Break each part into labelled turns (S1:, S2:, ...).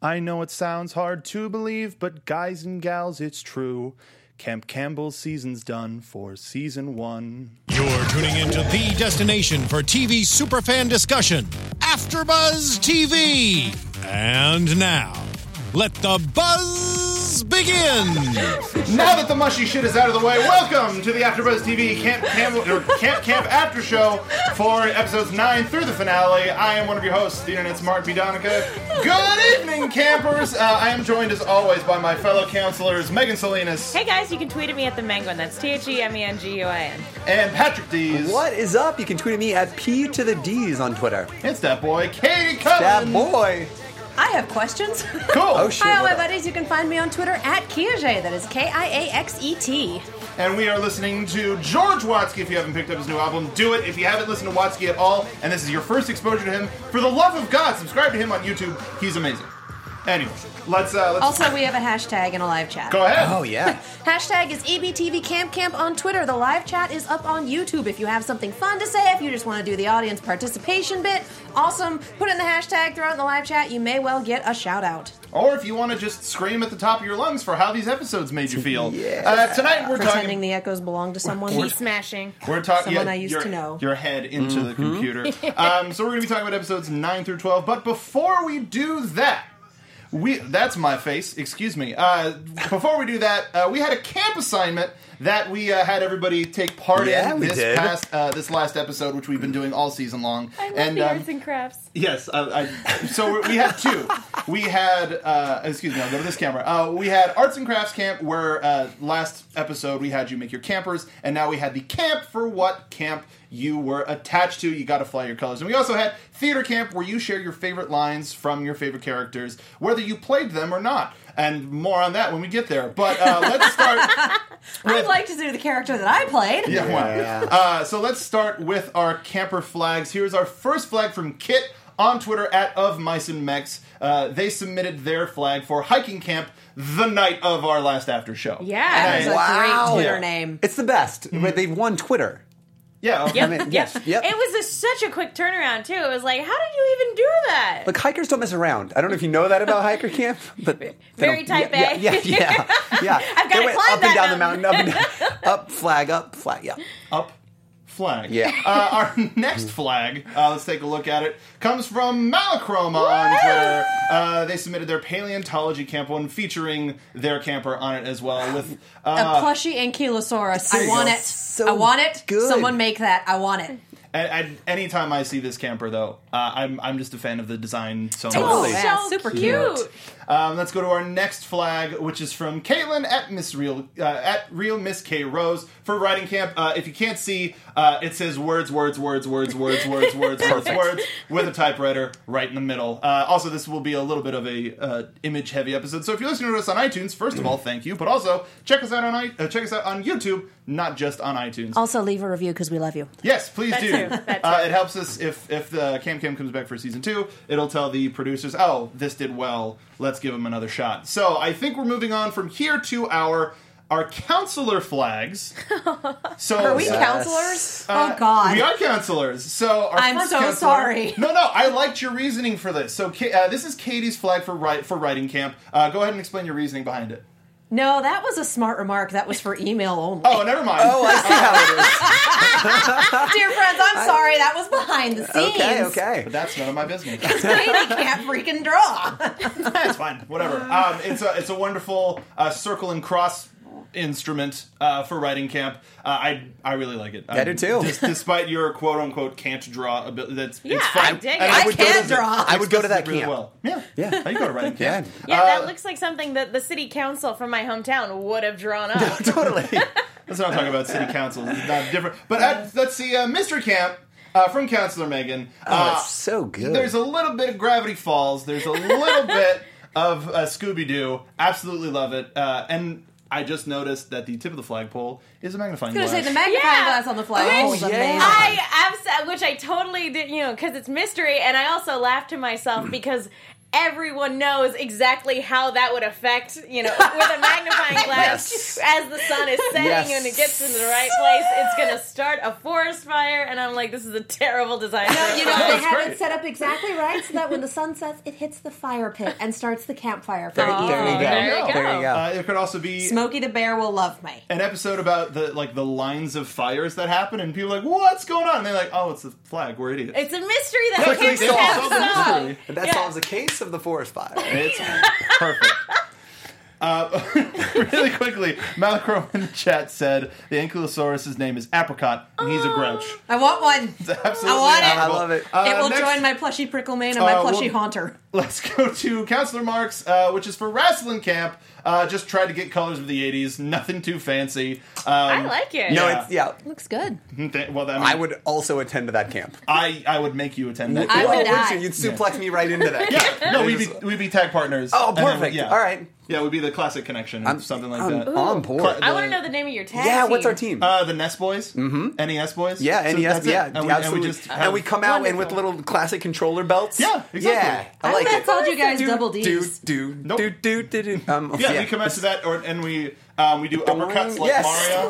S1: I know it sounds hard to believe, but guys and gals, it's true. Camp Campbell's season's done for season one.
S2: You're tuning into the destination for TV superfan discussion, AfterBuzz TV. And now, let the buzz begin.
S3: Now that the mushy shit is out of the way, welcome to the AfterBuzz TV Camp Camp, or Camp Camp After Show for episodes nine through the finale. I am one of your hosts, the internet's Mark B. Donica. Good evening, campers. Uh, I am joined as always by my fellow counselors Megan Salinas
S4: Hey guys, you can tweet at me at the Menguin. That's T H E M E N G U I N.
S3: and Patrick Dees.
S5: What is up? You can tweet at me at P to the D's on Twitter.
S3: It's that boy, Katie Cullen.
S5: That boy.
S6: I have questions.
S3: Cool.
S5: Oh shit.
S6: Hi, all my
S5: what up?
S6: buddies. You can find me on Twitter at Kiaxet. That is K I A X E T.
S3: And we are listening to George Watsky. If you haven't picked up his new album, do it. If you haven't listened to Watsky at all, and this is your first exposure to him, for the love of God, subscribe to him on YouTube. He's amazing. Anyway, let's uh, let's
S6: Also, we have a hashtag and a live chat.
S3: go ahead.
S5: Oh yeah.
S6: Hashtag is E EBTV Camp Camp on Twitter. The live chat is up on YouTube. If you have something fun to say, if you just want to do the audience participation bit, awesome. Put in the hashtag, throw it in the live chat. You may well get a shout out.
S3: Or if you want to just scream at the top of your lungs for how these episodes made you feel. Uh, tonight we're
S6: Pretending
S3: talking.
S6: the echoes belong to someone.
S4: He's smashing.
S3: We're talking.
S6: someone I used
S3: your,
S6: to know.
S3: Your head into the
S5: Mm-hmm.
S3: computer. um, so we're going to be talking about episodes nine through twelve. But before we do that, we—that's my face. Excuse me. Uh, before we do that, uh, we had a camp assignment that we uh, had everybody take part
S5: Yeah,
S3: in
S5: we
S3: this
S5: did.
S3: past uh, this last episode, which we've been doing all season long.
S4: I love
S3: and
S4: the
S3: um,
S4: arts and crafts.
S3: Yes, I, I, so we had two. We had, uh, excuse me, I'll go to this camera. Uh, we had Arts and Crafts Camp, where uh, last episode we had you make your campers, and now we had the camp for what camp you were attached to. You got to fly your colors. And we also had Theater Camp, where you share your favorite lines from your favorite characters, whether you played them or not. And more on that when we get there. But uh, let's start.
S6: I'd like to do the character that I played.
S3: Yeah, wow. Uh, so let's start with our camper flags. Here's our first flag from Kit on Twitter at of mice and mechs. Uh, they submitted their flag for hiking camp the night of our last after show.
S4: Yeah.
S6: That is a
S5: Wow.
S6: great Twitter
S3: Yeah.
S6: name.
S5: It's the best. But they've won Twitter.
S3: yeah. okay.
S5: I mean, yes. Yep.
S4: It was a, such a quick turnaround too. It was like, how did you even do that?
S5: Look, hikers don't mess around. I don't know if you know that about hiker camp, but they
S4: Very
S5: don't-
S4: type
S5: yeah,
S4: A.
S5: Yeah, yeah, yeah. yeah.
S4: I've gotta
S5: They went
S4: climb
S5: up
S4: that
S5: and down
S4: mountain.
S5: the mountain, up, and down, up flag, up flag. Yeah,
S3: Up flag.
S5: Yeah.
S3: Uh, our next flag, uh, let's take a look at it, comes from Malachrome on Twitter. Uh, they submitted their paleontology camp one featuring their camper on it as well with uh,
S6: A plushie ankylosaurus. I
S5: so-
S6: want it.
S5: so
S6: I want it.
S5: good.
S6: Someone make that. I want it.
S3: And, and anytime I see this camper, though, uh, I'm I'm just a fan of the design so
S5: Totally.
S3: much.
S4: So
S6: Oh, Yeah, super
S4: cute.
S6: cute.
S3: Um, let's go to our next flag, which is from Caitlin at Miss Real uh, at Real Miss K Rose for riding camp. Uh, if you can't see, uh, it says words, words, words, words, words, words, words, words, words with a typewriter right in the middle. Uh, also, this will be a little bit of a uh, image heavy episode. So if you're listening to us on iTunes, first of all, thank you, but also check us out on I- uh, check us out on YouTube, not just on iTunes.
S6: Also, leave a review because we love you.
S3: Yes, please
S4: That
S3: do.
S4: too. That
S3: Uh, it helps us if if the Cam Cam comes back for season two. It'll tell the producers, "Oh, this did well. Let's give him another shot." So I think we're moving on from here to our our counselor flags. So
S6: Are we
S5: Yes.
S6: counselors?
S3: uh,
S6: oh God.
S3: we are counselors. So our
S6: I'm
S3: first
S6: so
S3: counselor-
S6: sorry.
S3: No, no, I liked your reasoning for this. So Ka- uh, this is Katie's flag for right for writing camp. Uh, go ahead and explain your reasoning behind it.
S6: no, that was a smart remark. That was for email only.
S3: Oh, never mind.
S5: Oh, I see how
S6: Dear friends, I'm sorry. That was behind the
S5: it is.
S6: scenes.
S5: Okay, okay.
S3: but that's none of my business.
S6: Katie can't freaking draw.
S3: it's fine. Whatever. Um, it's a it's a wonderful uh, circle and cross instrument uh, for writing camp. Uh, I I really like it. I
S5: do too.
S3: Dis- despite your quote unquote can't draw ability, that's
S4: Yeah,
S3: it's fine.
S4: I dig it.
S3: And
S6: I
S3: would go
S6: can
S3: to the-
S6: draw.
S5: I would go to that
S3: really
S5: camp.
S3: well. Yeah,
S5: Yeah.
S3: How you go to writing
S5: Yeah.
S3: camp?
S4: Yeah,
S5: Uh,
S4: that looks like something that the city council from my hometown would have drawn up.
S5: totally.
S3: Let's not talk about city councils. It's not different. But uh, let's see, uh, Mr. Camp uh, from Counselor Megan. Uh,
S5: Oh, That's so good.
S3: There's a little bit of Gravity Falls. There's a little bit of uh, Scooby Doo. Absolutely love it. Uh, and I just noticed that the tip of the flagpole is a magnifying
S6: I'm
S3: glass.
S6: gonna say the magnifying
S4: Yeah.
S6: glass on the flag.
S5: Oh,
S6: was
S5: yeah.
S6: amazing.
S4: I abs- which I totally did, you know, because it's mystery, and I also laughed to myself because everyone knows exactly how that would affect, you know, with a magnifying glass as the sun is setting
S5: Yes.
S4: and it gets into the right place, it's going to start a forest fire. And I'm like, this is a terrible design.
S6: No, you know, they
S3: That's
S6: have it
S3: great.
S6: set up exactly right so that when the sun sets, it hits the fire pit and starts the campfire. For
S5: There,
S6: the
S5: there you
S6: evening.
S5: go.
S4: there you
S5: There
S4: go.
S5: you go.
S3: Uh, it could also be
S6: Smokey the Bear will love me.
S3: an episode about the like the lines of fires that happen, and people are like, "What's going on?" And they're like, "Oh, it's the flag. We're idiots."
S4: It's a mystery that
S3: Quickly
S4: I
S5: solve.
S4: can't
S3: solve the
S4: solve.
S3: mystery.
S5: And that
S4: Yeah.
S5: solves the case of the forest fire.
S3: It's perfect. Uh, really quickly, Malachrome in the chat said the Ankylosaurus's name is Apricot, and he's a grouch.
S6: I want one.
S5: Uh,
S3: Absolutely,
S6: I want it. I
S3: adorable.
S5: love it.
S3: Uh,
S6: it will
S3: next-
S6: join my plushy prickle mane and my
S3: Uh,
S6: plushy
S3: we'll-
S6: haunter.
S3: Let's go to Counselor Marks, uh, which is for wrestling camp. Uh, just tried to get colors of the '80s, nothing too fancy. Um,
S4: I like it.
S5: No,
S3: Yeah.
S5: it's yeah.
S6: Looks good.
S3: th- well, I, mean,
S5: I would also attend to that camp.
S3: I, I would make you attend that.
S6: I
S5: Well,
S6: would
S5: wouldn't
S6: die.
S5: you? You'd suplex me right into that.
S3: yeah, no,
S5: You'd
S3: we'd
S5: just-
S3: be we'd be tag partners.
S5: Oh,
S3: And then we-
S5: perfect.
S3: yeah.
S5: All right.
S3: Yeah, we'd be the classic connection, or something like
S5: I'm
S3: that.
S5: on board.
S3: Cla-
S4: I want to know the name of your tag
S5: yeah,
S4: team.
S5: what's our team?
S3: Uh, the NES boys, mm-hmm. NES boys.
S5: yeah,
S3: So
S5: NES.
S3: that's it.
S5: Yeah,
S3: and we,
S5: absolutely.
S3: And we just have,
S5: come out and with
S4: Wonderful.
S5: little classic controller belts.
S3: Yeah, exactly.
S5: Yeah, I
S6: I
S5: like
S6: would've
S5: it.
S6: called you guys double Ds.
S5: Do do
S3: Nope.
S5: do do do do. Um,
S3: yeah, we come out to that, or, and we um, we do uppercuts like
S5: yes.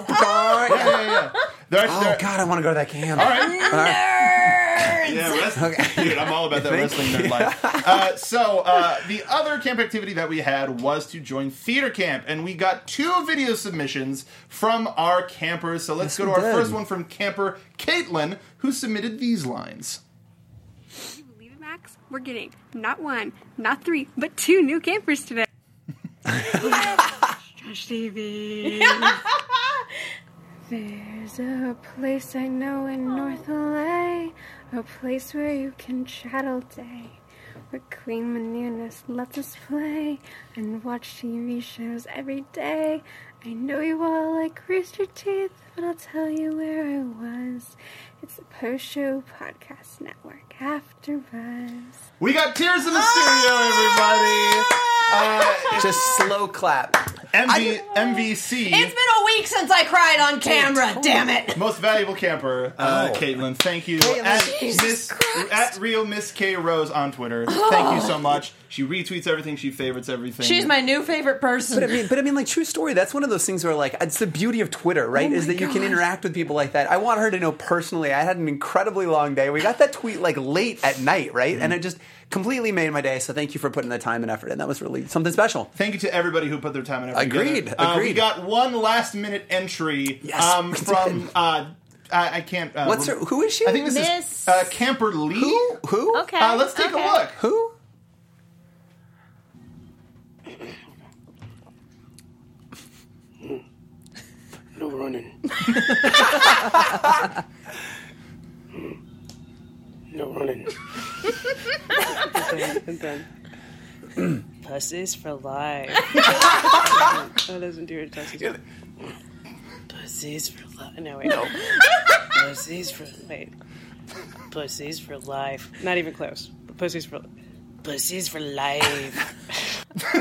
S3: Mario.
S5: Darn.
S3: Yeah, yeah, yeah. They're actually,
S5: Oh
S3: they're-
S5: God, I want to go to that camp.
S3: All right.
S6: Nerds!
S3: Yeah, wrestling. Dude, I'm all about that
S5: Thank
S3: wrestling
S5: you.
S3: nerd life. Uh, so uh, the other camp activity that we had was to join theater camp, and we got two video submissions from our campers. So let's
S5: Yes,
S3: go to
S5: we
S3: our
S5: did.
S3: first one from camper Caitlin, who submitted these lines.
S7: Can you believe it, Max? We're getting not one, not three, but two new campers today. Josh TV.
S8: There's a place I know in North LA, a place where you can chat all day, where Queen Menounos lets us play and watch TV shows every day. I know you all like Rooster Teeth, but I'll tell you where I was. It's the Post Show Podcast Network after Buzz.
S3: We got tears in the
S6: Ah!
S3: studio, everybody. Uh,
S5: Just slow clap.
S3: MV, MVC.
S6: It's been a week since I cried on camera, damn it!
S3: Most valuable camper, uh,
S5: Oh.
S3: Caitlin. Thank you at Miss at real Miss K Rose on Twitter. Thank you so much. She retweets everything. She favorites everything.
S6: Oh. She's my new favorite person.
S5: But I mean, but I mean, like true story. That's one of those things where, like, it's the beauty of Twitter,
S6: Oh
S5: right? is that you can interact with people like that. I want her to know personally. I had an incredibly long day. We got that tweet like late at night, right? And it just completely made my day. So thank you for putting the time and effort, and that was really something special.
S3: Thank you to everybody who put their time and effort.
S5: Agreed,
S3: together. Uh, we
S5: agreed.
S3: got one last minute entry
S5: Yes,
S3: um,
S5: we
S3: from
S5: did.
S3: uh, I, I can't. Uh,
S5: What's her?
S3: rem-
S5: Who is she?
S3: I think this
S4: Miss-
S3: is uh, Camper Lee.
S5: who? Who?
S4: Okay.
S3: Uh, let's take
S4: okay.
S3: a look.
S5: Who?
S9: No running. no running.
S10: Pussies for life. that doesn't do it justice. Pussies for life. No, wait. Pussies for wait. Pussies for life. Not even close. Pussies for. Pussies for life.
S3: Thank you so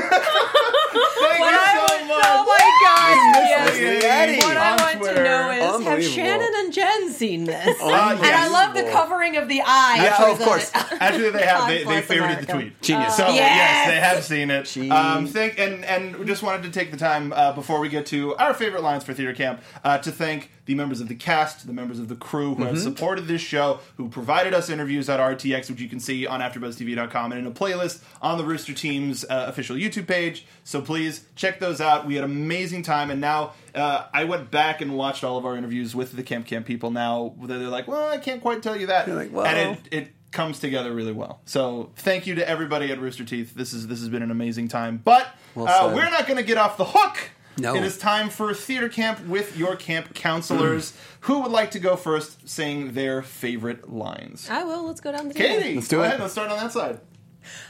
S3: much.
S6: oh my god!
S5: Miss
S6: yes.
S5: Eddie
S6: What I
S3: on
S6: want
S3: Twitter.
S6: to know is have
S5: Unbelievable.
S6: Shannon and Jen seen this?
S3: Uh,
S6: And I
S3: yes.
S6: love the covering of the eye.
S5: Yeah,
S6: Actually,
S5: of
S6: the-
S5: course.
S3: Actually, they have. They,
S6: God
S3: they
S6: bless
S3: favorited the
S6: America.
S3: tweet.
S5: Genius.
S3: So yes.
S6: Yes!
S3: they have seen it. Um, thank and and we just wanted to take the time uh, before we get to our favorite lines for theater camp uh, to thank the members of the cast, the members of the crew who
S5: Mm-hmm.
S3: have supported this show, who provided us interviews at RTX, which you can see on AfterBuzzTV.com and in a playlist on the Rooster Team's uh, official YouTube page. So please check those out. We had an amazing time, and now uh, I went back and watched all of our interviews with the Camp Camp people. Now they're like, well, I can't quite tell you that,
S5: like, well.
S3: and it, it comes together really well. So thank you to everybody at Rooster Teeth. This is this has been an amazing time, but
S5: Well
S3: uh,
S5: said.
S3: we're not going to get off the hook.
S5: No.
S3: It is time for theater camp with your camp
S5: Mm.
S3: counselors. Who would like to go first, saying their favorite lines?
S6: I will. Let's go down the table.
S3: Katie,
S5: Let's do
S3: go
S5: it.
S3: ahead. Let's start on that side.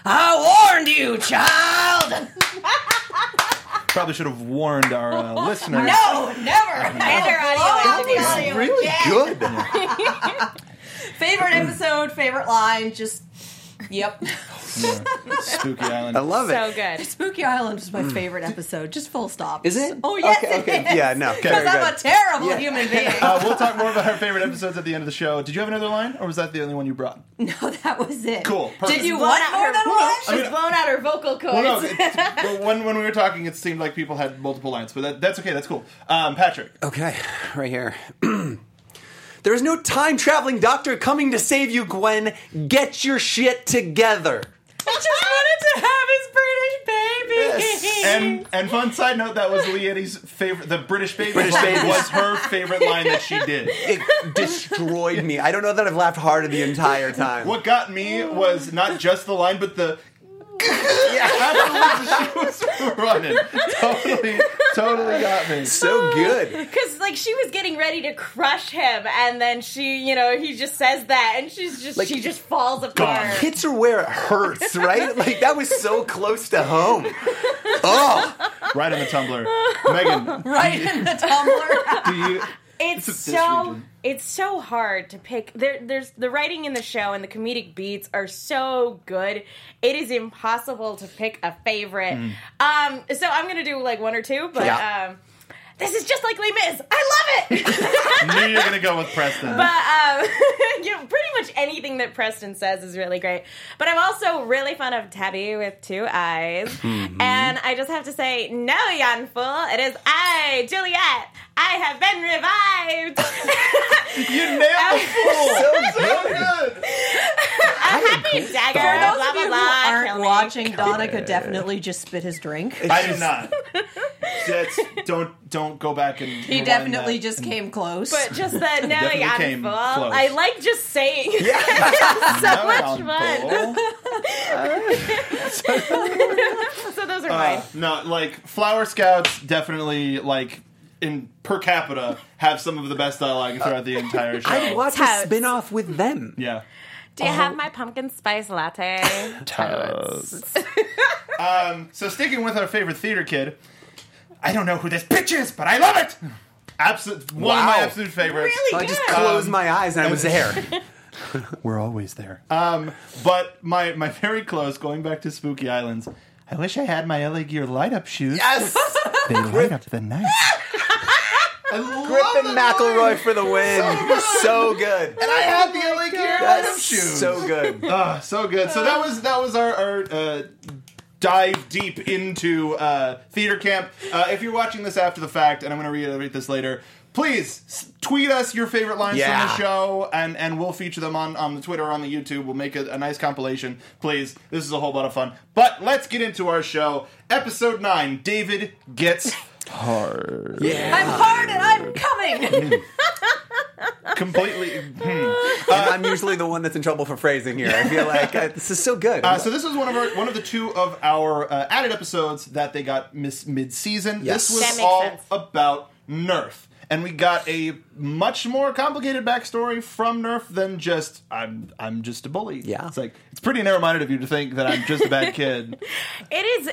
S6: I warned you, child.
S3: Probably should have warned our uh, listeners.
S6: No, never. never.
S4: Blow out the
S6: audio.
S5: Really good.
S6: Favorite episode, favorite line. Just yep.
S3: Spooky Island.
S5: I love it.
S4: Oh,
S6: So good. Spooky Island was my favorite episode. Just full stop.
S5: Hmm. Is it?
S6: Oh yes,
S5: Okay, okay.
S6: it is.
S5: Yeah, no,
S6: Because
S5: very
S6: I'm a
S5: good.
S6: terrible
S5: Yeah.
S6: human being.
S3: Uh, we'll talk more about our favorite episodes at the end of the show. Did you have another line, or was that the only one you brought?
S6: No, that was it.
S3: Cool.
S6: Did
S3: Perfect.
S6: you
S3: She's
S6: want
S4: blown out
S6: more
S4: her-
S6: than one?
S3: I mean,
S4: She's blown out her vocal cords.
S3: Well, no, it's, but when, when we were talking, it seemed like people had multiple lines, but that, that's okay. That's cool. Um, Patrick,
S5: Okay, right here. there is no time traveling doctor coming to save you, Gwen. Get your shit together.
S6: I just wanted to have his British baby.
S3: and and fun side note, that was Lee Eddie's favorite. The British baby
S5: British
S3: line
S5: baby.
S3: was her favorite line that she did.
S5: It destroyed me. I don't know that I've laughed harder the entire time.
S3: What got me was not just the line, but the. afterwards she was running. Totally, totally got me.
S5: So good.
S4: Because like she was getting ready to crush him, and then she, you know, he just says that, and she's just she just falls apart.
S5: Hits her where it hurts, right? Like that was so close to home. Oh,
S3: Right in the tumbler. Megan,
S6: right in the tumbler.
S3: do you.
S4: It's
S3: It's a fish
S4: so
S3: region.
S4: it's so hard to pick. There, there's the writing in the show and the comedic beats are so good. It is impossible to pick a favorite. Um, so I'm gonna do like one or two, but
S5: Yeah.
S4: um, this is just like Les Mis. I love it.
S3: Knew you were going to go with Preston.
S4: But um, you know, pretty much anything that Preston says is really great. But I'm also really fond of Tabby with two eyes, and I just have to say, no, yon fool, it is I, Juliet. I have been revived.
S3: you nailed the fool!
S5: so good.
S3: So good!
S4: Happy dagger.
S6: For
S4: Blah
S6: those
S4: blah
S6: of you who
S4: blah.
S6: aren't
S4: kill me.
S6: watching, Donna could definitely just spit his drink.
S3: I did not. That's don't don't go back and
S6: He definitely just came close.
S4: But just that no,
S3: Definitely came
S4: yon fool.
S3: close.
S4: I like just saying.
S3: so
S4: much fun. so those are
S6: Uh,
S4: mine.
S3: Uh, no, like Flower Scouts definitely like in per capita have some of the best dialogue throughout the entire show.
S5: I watched a
S4: Totes.
S5: spin-off with them.
S3: yeah.
S4: Do you
S6: uh-huh.
S4: have my pumpkin spice latte?
S3: So sticking with our favorite theater kid, I don't know who this bitch is, but I love it. Absolute one of
S5: Wow.
S3: my absolute favorites.
S5: So I just closed my eyes and I was there.
S3: We're always there. Um, but my my very close going back to Spooky Islands. I wish I had my LA Gear light up shoes.
S5: Yes,
S3: They light up the night. I love
S5: Griffin
S3: the
S5: McElroy
S3: line.
S5: for the win. So good.
S3: And I had the LA Gear light up
S5: That's
S3: shoes.
S5: so good.
S3: Ah, so good. So that was that was our, our uh, dive deep into uh, theater camp. Uh, if you're watching this after the fact, and I'm going to reiterate this later, please s- tweet us your favorite lines
S5: Yeah.
S3: from the show, and and we'll feature them on on the Twitter, on the YouTube. We'll make a, a nice compilation. Please, this is a whole lot of fun. But let's get into our show, episode nine. David gets. Hard.
S6: I'm hard and I'm coming.
S3: Completely. hmm.
S5: And I'm usually the one that's in trouble for phrasing here. I feel like uh, this is so good.
S3: Uh, so this was one of our one of the two of our uh, added episodes that they got mis- mid season.
S5: Yes.
S3: This was
S4: That makes
S3: all
S4: sense.
S3: about Nerf, and we got a much more complicated backstory from Nerf than just I'm I'm just a bully.
S5: Yeah.
S3: it's like it's pretty narrow minded of you to think that I'm just a bad kid.
S4: It is.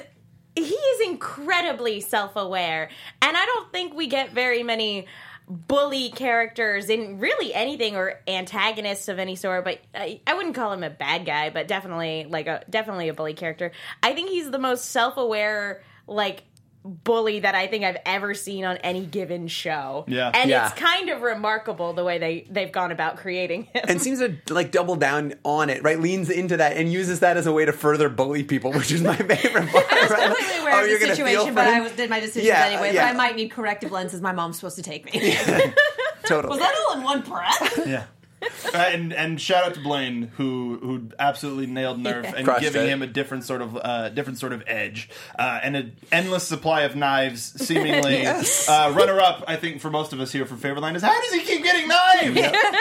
S4: He is incredibly self aware, and I don't think we get very many bully characters in really anything or antagonists of any sort. But I, I wouldn't call him a bad guy, but definitely like a definitely a bully character. I think he's the most self aware like bully that I think I've ever seen on any given show.
S3: Yeah.
S4: and
S5: Yeah.
S4: it's kind of remarkable the way they they've gone about creating him.
S5: and seems to like double down on it, right? Leans into that and uses that as a way to further bully people, which is my favorite part. Right?
S6: completely aware
S5: Oh,
S6: of
S5: you're
S6: the
S5: gonna feel
S6: situation,
S5: for
S6: but
S5: him?
S6: I was, did my decisions
S5: Yeah,
S6: anyway.
S5: yeah.
S6: But I might need corrective lenses. My mom's supposed to take me.
S5: totally.
S6: Was that all in one breath?
S3: yeah. Uh, and and shout out to Blaine who who absolutely nailed Nerf and
S5: Crushed
S3: giving
S5: it.
S3: him a different sort of uh, different sort of edge uh, and an endless supply of knives seemingly uh, runner up I think for most of us here for favorite line is how does he keep getting knives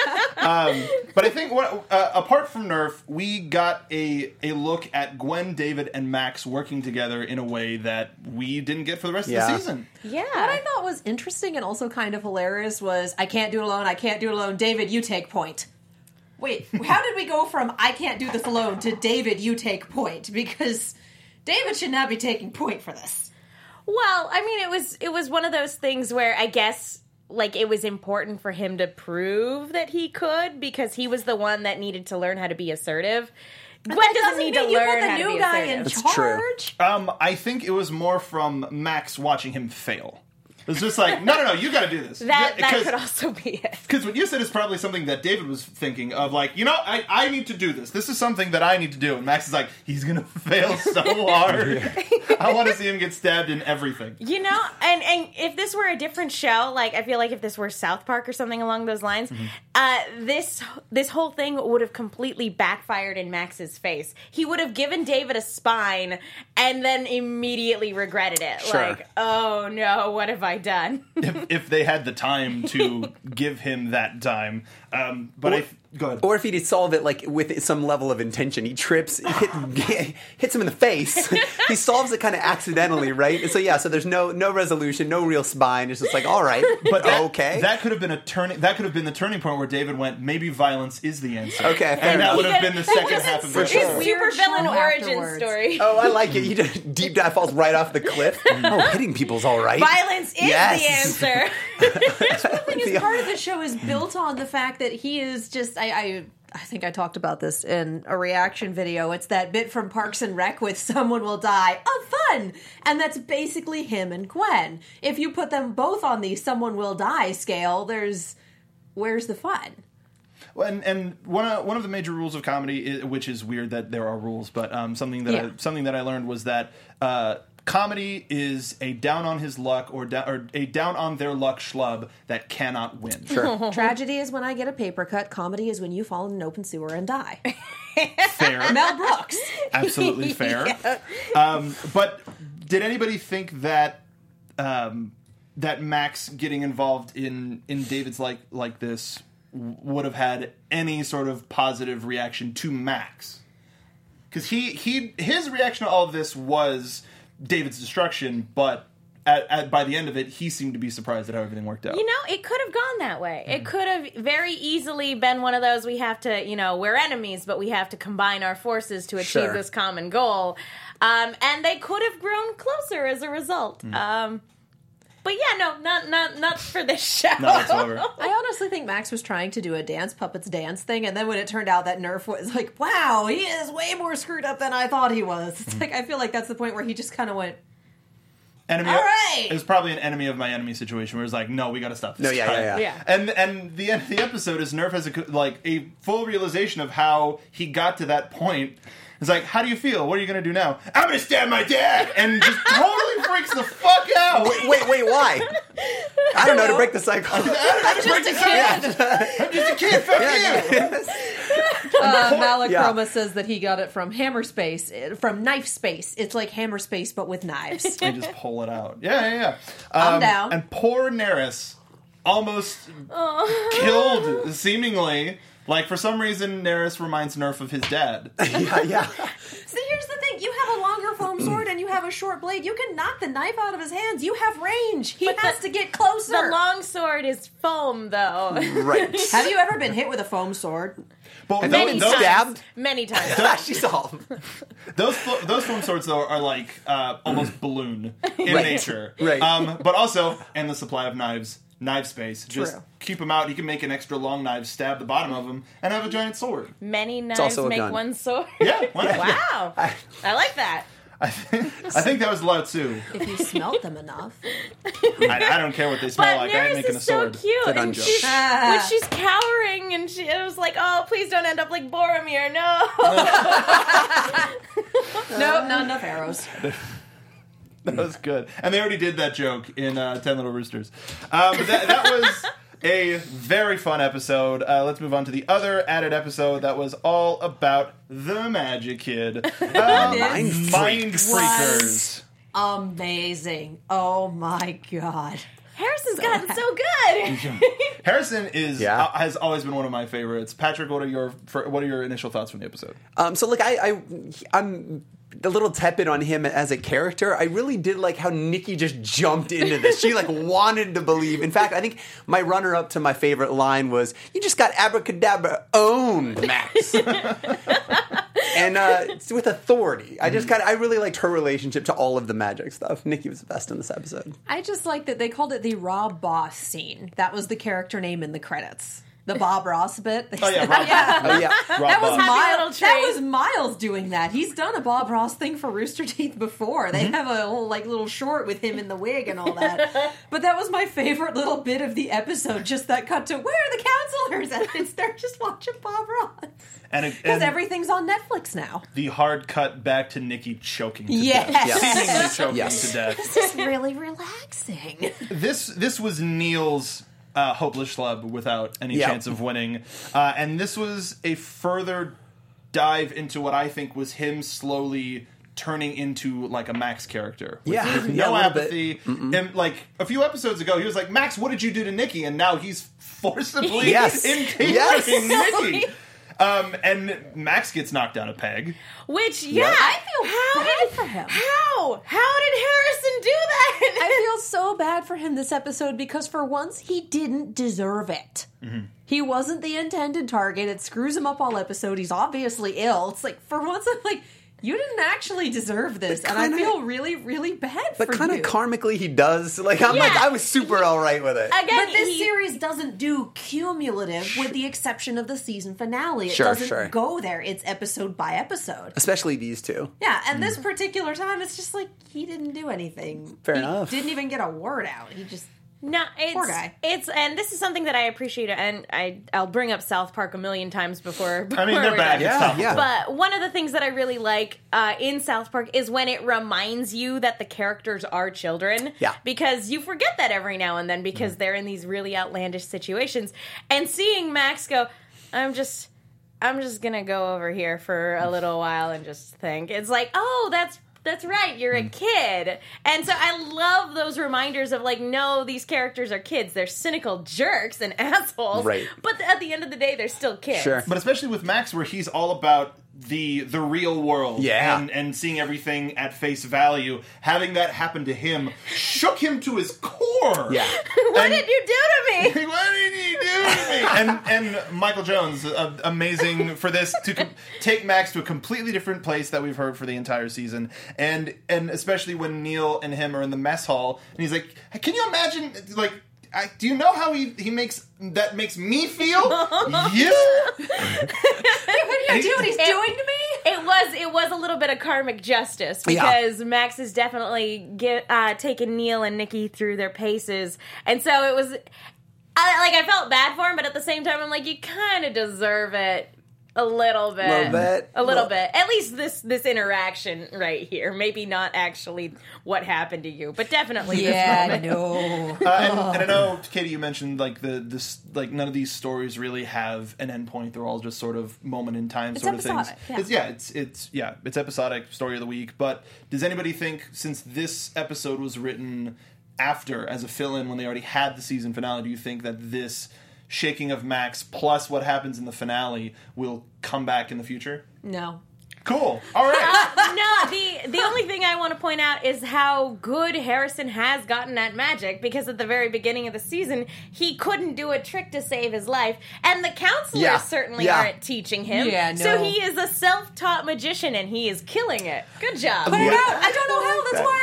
S3: um, but I think what uh, apart from Nerf we got a a look at Gwen David and Max working together in a way that we didn't get for the rest of
S5: Yeah.
S3: the season
S4: yeah,
S6: What I thought was interesting and also kind of hilarious was I can't do it alone, I can't do it alone. David, you take point. Wait, how did we go from I can't do this alone to David, you take point? Because David should not be taking point for this.
S4: Well, I mean, it was it was one of those things where I guess like it was important for him to prove that he could because he was the one that needed to learn how to be assertive. Gwen doesn't need to
S6: mean you put
S4: learn
S6: the
S4: how to
S6: new
S4: be
S6: guy
S4: assertive.
S6: in
S5: That's
S6: charge.
S3: Um, I think it was more from Max watching him fail. It was just like, no, no, no, you got to do this.
S4: That
S3: Yeah,
S4: that
S3: 'cause-
S4: could also be it.
S3: Because what you said is probably something that David was thinking of, like, you know, I, I need to do this. This is something that I need to do. And Max is like, he's going to fail so hard. I want to see him get stabbed in everything.
S4: You know, and and if this were a different show, like I feel like if this were South Park or something along those lines, uh, this this whole thing would have completely backfired in Max's face. He would have given David a spine and then immediately regretted it.
S5: Sure.
S4: Like, oh no, what have I done?
S3: If, if they had the time to give him that time. Um, but I. Go ahead.
S5: Or if he did solve it like with some level of intention, he trips, hit, hits him in the face. he solves it kind of accidentally, right? And so yeah, so there's no no resolution, no real spine. It's just like all right,
S3: but that-
S5: okay,
S3: that could have been a turning. That could have been the turning point where David went. Maybe violence is the answer.
S5: okay, fair
S3: and that
S5: enough.
S3: would have been the second half of the
S5: For sure.
S3: show.
S4: His super villain
S6: show
S4: origin
S6: afterwards.
S4: story.
S5: Oh, I like it. You just deep dive falls right off the cliff. oh, hitting people's all right.
S4: Violence is
S5: Yes.
S4: the answer.
S6: thing is, part of the show is built on the fact that he is just. I, I I think I talked about this in a reaction video. It's that bit from Parks and Rec with "Someone Will Die" of fun, and that's basically him and Gwen. If you put them both on the "Someone Will Die" scale, there's where's the fun?
S3: And and one of, one of the major rules of comedy, i which is weird that there are rules, but um, something that
S6: Yeah.
S3: I, something that I learned was that uh, comedy is a down on his luck or down or a down on their luck schlub that cannot win. Sure,
S6: Tragedy is when I get a paper cut. Comedy is when you fall in an open sewer and die.
S3: fair,
S6: Mel Brooks.
S3: absolutely fair. Um, but did anybody think that? Um, that Max getting involved in in David's like like this w- would have had any sort of positive reaction to Max because he he his reaction to all of this was David's destruction, but at, at, by the end of it, he seemed to be surprised at how everything worked out.
S4: You know, it could have gone that way.
S5: Mm-hmm.
S4: It could have very easily been one of those we have to, you know, we're enemies, but we have to combine our forces to achieve
S5: Sure.
S4: this common goal. Um, and they could have grown closer as a result.
S5: Mm.
S4: Um, but yeah, no, not not not for this show.
S3: Not whatsoever.
S6: I honestly think Max was trying to do a dance puppets dance thing, and then when it turned out that Nerf was like, "Wow, he is way more screwed up than I thought he was," it's like I feel like that's the point where he just kind of went,
S3: enemy.
S6: All right.
S3: It was probably an enemy of my enemy situation where it's like, no, we got to stop this.
S5: No, yeah,
S3: guy.
S5: yeah, yeah. Yeah.
S3: And and the end of the episode is Nerf has a, co- like a full realization of how he got to that point. It's like, how do you feel? What are you gonna do now? I'm gonna stab my dad, and just totally freaks the fuck out.
S5: Wait, wait, wait, why? I don't know to break the cycle.
S6: "I'm just a kid."
S3: I'm just a kid. Fuck you.
S6: Uh, Malachroma
S5: Yeah.
S6: says that he got it from Hammer Space, uh, from Knife Space. It's like Hammer Space but with knives.
S3: They just pull it out. Yeah, yeah, yeah.
S6: I'm down.
S3: And poor Neris almost killed, seemingly. Like, for some reason, Neris reminds Nerf of his dad.
S5: yeah, yeah.
S6: so here's the thing: you have a longer foam sword and you have a short blade. You can knock the knife out of his hands. You have range. He has to get closer.
S4: The long sword is foam, though.
S5: Right.
S6: have you ever been hit with a foam sword?
S3: But
S5: Many
S3: those,
S5: stabbed.
S4: Many times.
S5: She's all.
S3: those, fo- those foam swords, though, are like uh,
S4: Mm.
S3: almost balloon in
S5: Right.
S3: nature.
S5: Right.
S3: Um, but also, and the supply of knives, knife space. Just
S6: True.
S3: keep them out. You can make an extra long knife, stab the bottom of them, and have a giant sword.
S4: Many knives
S5: also a
S4: make
S5: gun.
S4: one sword.
S3: Yeah, why not?
S4: Wow. I like that.
S3: I, think, I think that was Lao Tzu.
S6: If you smelt them enough.
S3: I, I don't care what they smell
S4: But
S3: like. I ain't
S4: Neris
S3: making a
S4: is so
S3: sword.
S4: cute,
S5: Good on
S4: and
S5: Joe.
S4: she's,
S6: Ah.
S4: when she's cowering, and she it was like, "Oh, please don't end up like Boromir." No,
S6: Nope, not enough arrows.
S3: That was good. And they already did that joke in uh, Ten Little Roosters. Um, but that, that was a very fun episode. Uh, let's move on to the other added episode that was all about the Magic Kid. Um,
S5: Mind freak.
S3: Mind Freakers.
S6: Amazing. Oh my god.
S4: Harrison's gotten so good.
S3: Harrison is
S5: Yeah.
S3: uh, has always been one of my favorites. Patrick, what are your fir- what are your initial thoughts from the episode?
S5: Um, so, like, I, I, I'm a little tepid on him as a character. I really did like how Nikki just jumped into this. She like wanted to believe. In fact, I think my runner-up to my favorite line was, "You just got abracadabra owned, Max." And uh, it's with authority, I just kind of I really liked her relationship to all of the magic stuff. Nikki was the best in this episode.
S6: I just like that they called it the Rob Boss scene. That was the character name in the credits. The Bob Ross bit.
S3: Oh, yeah, Rob-
S5: Oh, yeah.
S6: that
S3: Rob
S6: was
S3: Bob.
S4: Happy Little
S6: Miles. That
S4: Tree.
S6: was Miles doing that. He's done a Bob Ross thing for Rooster Teeth before. They have a whole like little short with him in the wig and all that. but that was my favorite little bit of the episode. Just that cut to where are the counselors at? And they're just watching Bob Ross
S1: And, it,
S6: because
S1: and
S6: everything's on Netflix now.
S1: the hard cut back to Nikki choking to
S6: Yes.
S1: death. Seemingly choking
S5: Yes.
S1: to death.
S6: It's really relaxing.
S3: This this was Neil's uh, hopeless schlub without any
S5: Yeah.
S3: chance of winning, uh, and this was a further dive into what I think was him slowly turning into like a Max character. With,
S5: Yeah.
S3: with
S5: Yeah, a
S3: no
S5: little bit.
S3: apathy. And like a few episodes ago, he was like, "Max, what did you do to Nikki?" And now he's forcibly
S5: Yes.
S3: engaging
S5: Yes.
S3: Nikki. Um, and Max gets knocked down a peg.
S4: Which yeah,
S6: I feel bad
S4: did,
S6: for him.
S4: How how did Harrison do that?
S6: I feel so bad for him this episode because for once he didn't deserve it.
S5: Mm-hmm.
S6: He wasn't the intended target. It screws him up all episode. He's obviously ill. It's like for once I'm like, you didn't actually deserve this, and I
S5: kinda-
S6: feel really, really bad
S5: But
S6: for
S5: kind
S6: you.
S5: of karmically, he does. Like I'm like
S4: Yeah.
S5: I was super all right with it.
S4: Again,
S6: but this
S4: he-
S6: series doesn't do cumulative, with the exception of the season finale. It
S5: Sure,
S6: doesn't
S5: sure.
S6: go there. It's episode by episode.
S5: Especially these two.
S6: Yeah, and this particular time, it's just like he didn't do anything.
S5: Mm. Fair
S6: He
S5: enough.
S6: Didn't even get a word out. He just
S4: No, it's
S6: guy.
S4: it's and this is something that I appreciate, and I I'll bring up South Park a million times before.
S3: I mean,
S4: before
S3: they're
S4: we're
S3: back.
S4: done.
S3: It's tough.
S5: yeah.
S4: But one of the things that I really like uh, in South Park is when it reminds you that the characters are children.
S5: Yeah. Mm-hmm.
S4: Because you forget that every now and then because they're in these really outlandish situations. And seeing Max go, I'm just. I'm just gonna go over here for
S5: Mm.
S4: a little while and just think. It's like, oh, that's that's right, you're
S5: Mm.
S4: a kid. And so I love those reminders of like, no, these characters are kids. They're cynical jerks and assholes.
S5: Right.
S4: But at the end of the day, they're still kids.
S5: Sure.
S3: but especially with Max, where he's all about the the real world,
S5: Yeah.
S3: and, and seeing everything at face value. Having that happen to him shook him to his core.
S5: Yeah.
S4: What did you do to me?
S3: What did you do to me? and and Michael Jones, uh, amazing for this to com- take Max to a completely different place that we've heard for the entire season, and and especially when Neil and him are in the mess hall, and he's like, "Can you imagine?" Like, I, do you know how he he makes that makes me feel? you
S6: What do you do? What he's
S4: It-
S6: doing to me?
S4: It was it was a little bit of karmic justice because Max is definitely get uh, taking Neil and Nikki through their paces, and so it was. I, like I felt bad for him, but at the same time, I'm like, you kind of deserve it a little bit,
S5: Little bit.
S4: a little
S5: Well-
S4: bit. At least this this interaction right here, maybe not actually what happened to you, but definitely this moment.
S6: no.
S3: Uh, and, and I know, Katie, you mentioned like the this like none of these stories really have an endpoint. They're all just sort of moment in time sort of
S6: episodic,
S3: things.
S6: yeah.
S3: It's, yeah, it's it's yeah, it's episodic story of the week. But does anybody think since this episode was written after as a fill-in when they already had the season finale, do you think that this shaking of Max plus what happens in the finale will come back in the future?
S6: No.
S3: Cool. All right.
S4: no, the the only thing I want to point out is how good Harrison has gotten at magic because at the very beginning of the season he couldn't do a trick to save his life, and the counselors
S5: Yeah.
S4: certainly
S5: Yeah.
S4: aren't teaching him.
S6: Yeah,
S4: So
S6: no.
S4: he is a self taught magician, and he is killing it. Good job.
S6: Put it out. I don't know how. That's why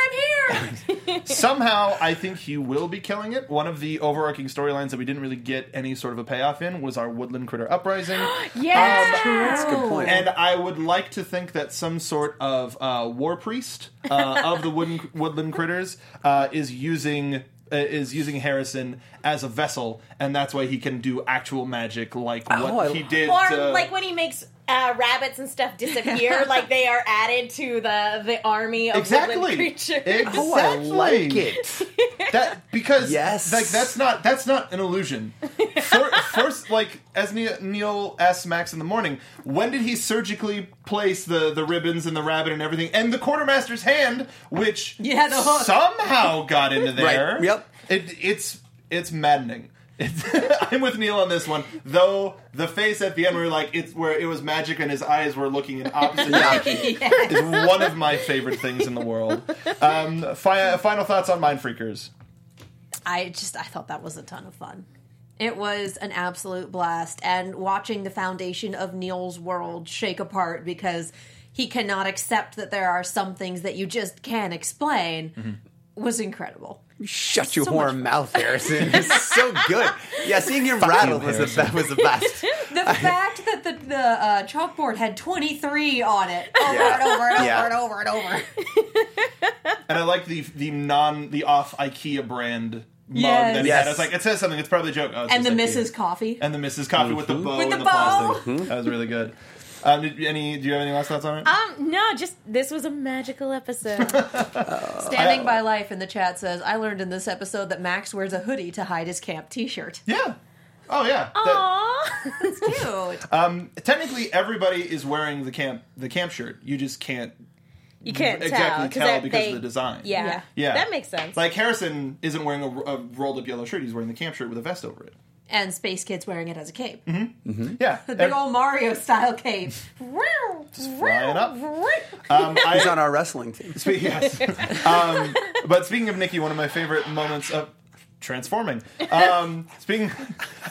S6: I'm here.
S3: Somehow, I think he will be killing it. One of the overarching storylines that we didn't really get any sort of a payoff in was our woodland critter uprising. Um,
S4: yeah.
S5: That's a good point.
S3: And I would like to think that some sort of uh, war priest uh, of the wooden, woodland critters uh, is using uh, is using Harrison as a vessel, and that's why he can do actual magic like
S5: Oh,
S3: what
S5: I-
S3: he did.
S4: or
S3: to-
S4: like when he makes uh, rabbits and stuff disappear, like they are added to the the army of
S3: exactly,
S4: woodland creatures.
S3: exactly.
S5: oh, I like it.
S3: That because
S5: Yes.
S3: like that's not that's not an illusion. For, first, like as Neil, Neil asked Max in the morning, when did he surgically place the the ribbons and the rabbit and everything and the quartermaster's hand, which
S6: Yeah, the hook.
S3: somehow got into there.
S5: Right, yep.
S3: It, it's it's maddening. It's, I'm with Neil on this one, though. The face at the end, where like it's where it was magic, and his eyes were looking in opposite directions, is one of my favorite things in the world. Um, fi- final thoughts on Mind Freakers.
S6: I just I thought that was a ton of fun. It was an absolute blast and watching the foundation of Neil's world shake apart because he cannot accept that there are some things that you just can't explain was incredible.
S5: Shut your whore mouth, Harrison. It's so good. Yeah, seeing him rattle was the, that was the best.
S6: The fact that the, the uh, chalkboard had 23 on it over
S5: Yeah.
S6: and over and over
S5: Yeah.
S6: and over and over.
S3: And I like the the non the off IKEA brand mug
S6: Yes.
S3: that he
S5: Yes.
S3: had. I was like, it says something. It's probably a joke. Oh, it's
S6: And the
S3: just IKEA.
S6: Mrs. Coffee.
S3: and the Mrs. Coffee with the bow
S6: With
S3: and
S6: the
S3: the,
S6: bow.
S3: plastic. That was really good. Um, did, any? Do you have any last thoughts on
S6: Uh,
S3: it?
S4: Um, no, just this was a magical episode.
S6: Standing by Life in the chat says, I learned in this episode that Max wears a hoodie to hide his camp t shirt.
S3: yeah. Oh yeah. That-
S4: Aww.
S6: That's cute.
S3: technically, everybody is wearing the camp the camp shirt. You just can't
S4: You can't
S3: exactly
S4: tell,
S3: tell,
S4: 'cause that-
S3: because
S4: they-
S3: of the design.
S4: Yeah.
S6: Yeah.
S3: Yeah.
S4: That makes sense.
S3: Like Harrison isn't wearing a, a rolled up yellow shirt. He's wearing the camp shirt with a vest over it.
S6: and Space Kid's wearing it as a cape.
S3: Yeah.
S6: Big old Mario style cape.
S3: flying up. Um,
S5: He's
S3: I,
S5: on our wrestling team.
S3: Spe- yes. um, but speaking of Nikki, one of my favorite moments of transforming. Um, speaking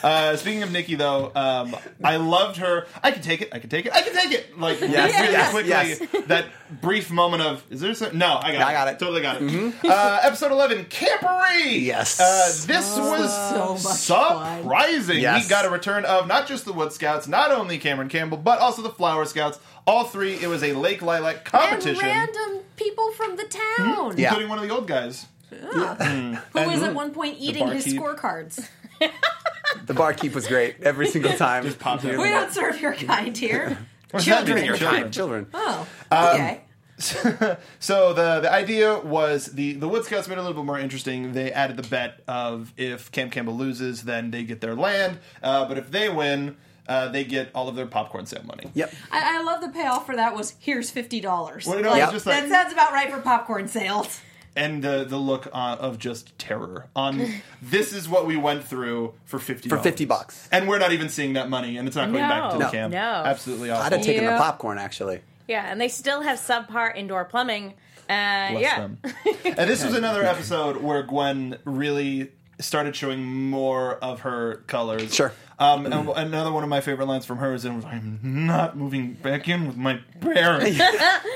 S3: uh, speaking of Nikki, though, um, I loved her. I can take it. I can take it. I can take it. Like
S5: Yes,
S3: really
S5: yes,
S3: quickly. That brief moment of is there? Some, no, I got.
S5: Yeah,
S3: it.
S5: I got it. Mm-hmm.
S3: Totally got it. Uh, episode eleven, Campery.
S5: Yes.
S3: Uh, this was
S6: Oh, so much fun.
S3: surprising.
S5: Yes.
S3: We got a return of not just the Wood Scouts, not only Cameron Campbell, but also the Flower Scouts. All three. It was a Lake Lilac
S6: And
S3: competition
S6: random people from the town.
S5: Yeah.
S3: including one of the old guys.
S6: Who was at one point eating his
S3: barkeep.
S6: scorecards.
S5: The barkeep was great every single time. Just
S3: popped
S6: We
S3: out.
S6: don't serve your kind here.
S3: What's
S6: Children.
S3: happening to
S5: Children.
S6: Oh, okay.
S3: So the the idea was the the Wood Scouts made it a little bit more interesting. They added the bet of if Camp Campbell loses, then they get their land, uh, but if they win, uh, they get all of their popcorn sale money.
S5: Yep.
S6: I, I love the payoff for that was here's fifty dollars.
S3: Well, no, it's just like-
S6: that sounds about right for popcorn sales.
S3: And the the look uh, of just terror on this is what we went through for fifty
S5: For 50 bucks.
S3: and we're not even seeing that money, and it's not going back to the
S4: No.
S3: camp.
S4: No.
S3: absolutely
S5: I'd
S3: awful.
S5: have taken
S6: Yeah.
S5: the popcorn, actually.
S4: yeah, and they still have subpar indoor plumbing. Uh,
S3: Bless
S4: yeah.
S3: them. and this was another episode where Gwen really started showing more of her colors.
S5: Sure.
S3: Um, and w- another one of my favorite lines from her is, "I'm not moving back in with my parents."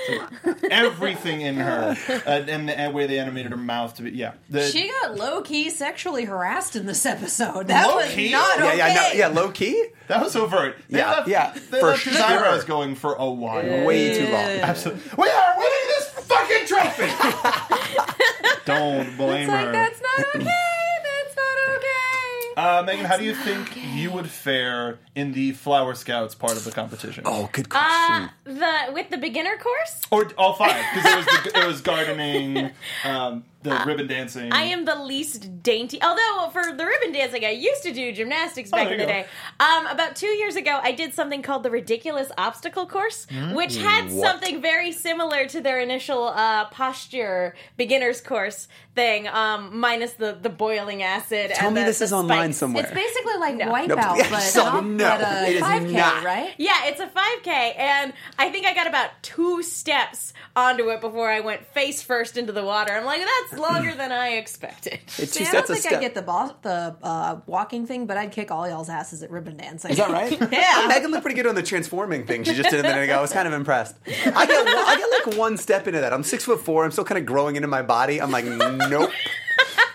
S3: Everything in her, uh, and the and way they animated her mouth to be, yeah. The-
S6: She got low key sexually harassed in this episode. That
S3: Low-key?
S6: was not
S5: Yeah,
S6: okay.
S5: yeah, no, yeah, low key?
S3: that was overt. They
S5: Yeah,
S3: left,
S5: yeah,
S3: They
S5: for
S3: left his
S5: sure.
S3: eyebrows going for a while.
S5: Way too long.
S3: Absolutely. We are winning this fucking trophy. Don't blame
S6: It's like
S3: her.
S6: that's not okay. That's not okay.
S3: Uh, Megan, how do you think you would fare in the Flower Scouts part of the competition?
S5: Oh, good
S4: Uh,
S5: question.
S4: the with the beginner course,
S3: Or all five, because it was the, it was gardening, um, the ribbon dancing.
S4: I am the least dainty. Although for the ribbon dancing, I used to do gymnastics
S5: Oh,
S4: back
S3: there
S4: in the
S3: you go.
S4: day. Um, about two years ago, I did something called the ridiculous obstacle course,
S5: Mm,
S4: which had something very similar to their initial uh, posture beginners course thing, um, minus the the boiling acid.
S5: Tell
S4: and
S5: me
S4: the-
S5: this
S4: the
S5: is online
S4: spikes.
S5: somewhere.
S6: It's basically like
S4: No.
S6: Wipeout,
S5: Nope.
S6: but,
S5: So,
S6: not-
S5: no,
S6: but a
S5: it is
S6: 5K,
S5: not.
S6: right?
S4: Yeah, it's a 5K, and I think I got about two steps onto it before I went face first into the water. I'm like, that's longer than I expected.
S5: It's
S6: See,
S5: just
S6: I don't
S5: that's a
S6: think
S5: step.
S6: I get the bo- the uh, walking thing, but I'd kick all y'all's asses at ribbon dancing.
S5: Is that right?
S6: Yeah.
S5: Megan looked pretty good on the transforming thing she just did a minute ago. I was kind of impressed. I get, one, I get like one step into that. I'm six foot four. I'm still kind of growing into my body. I'm like, nope.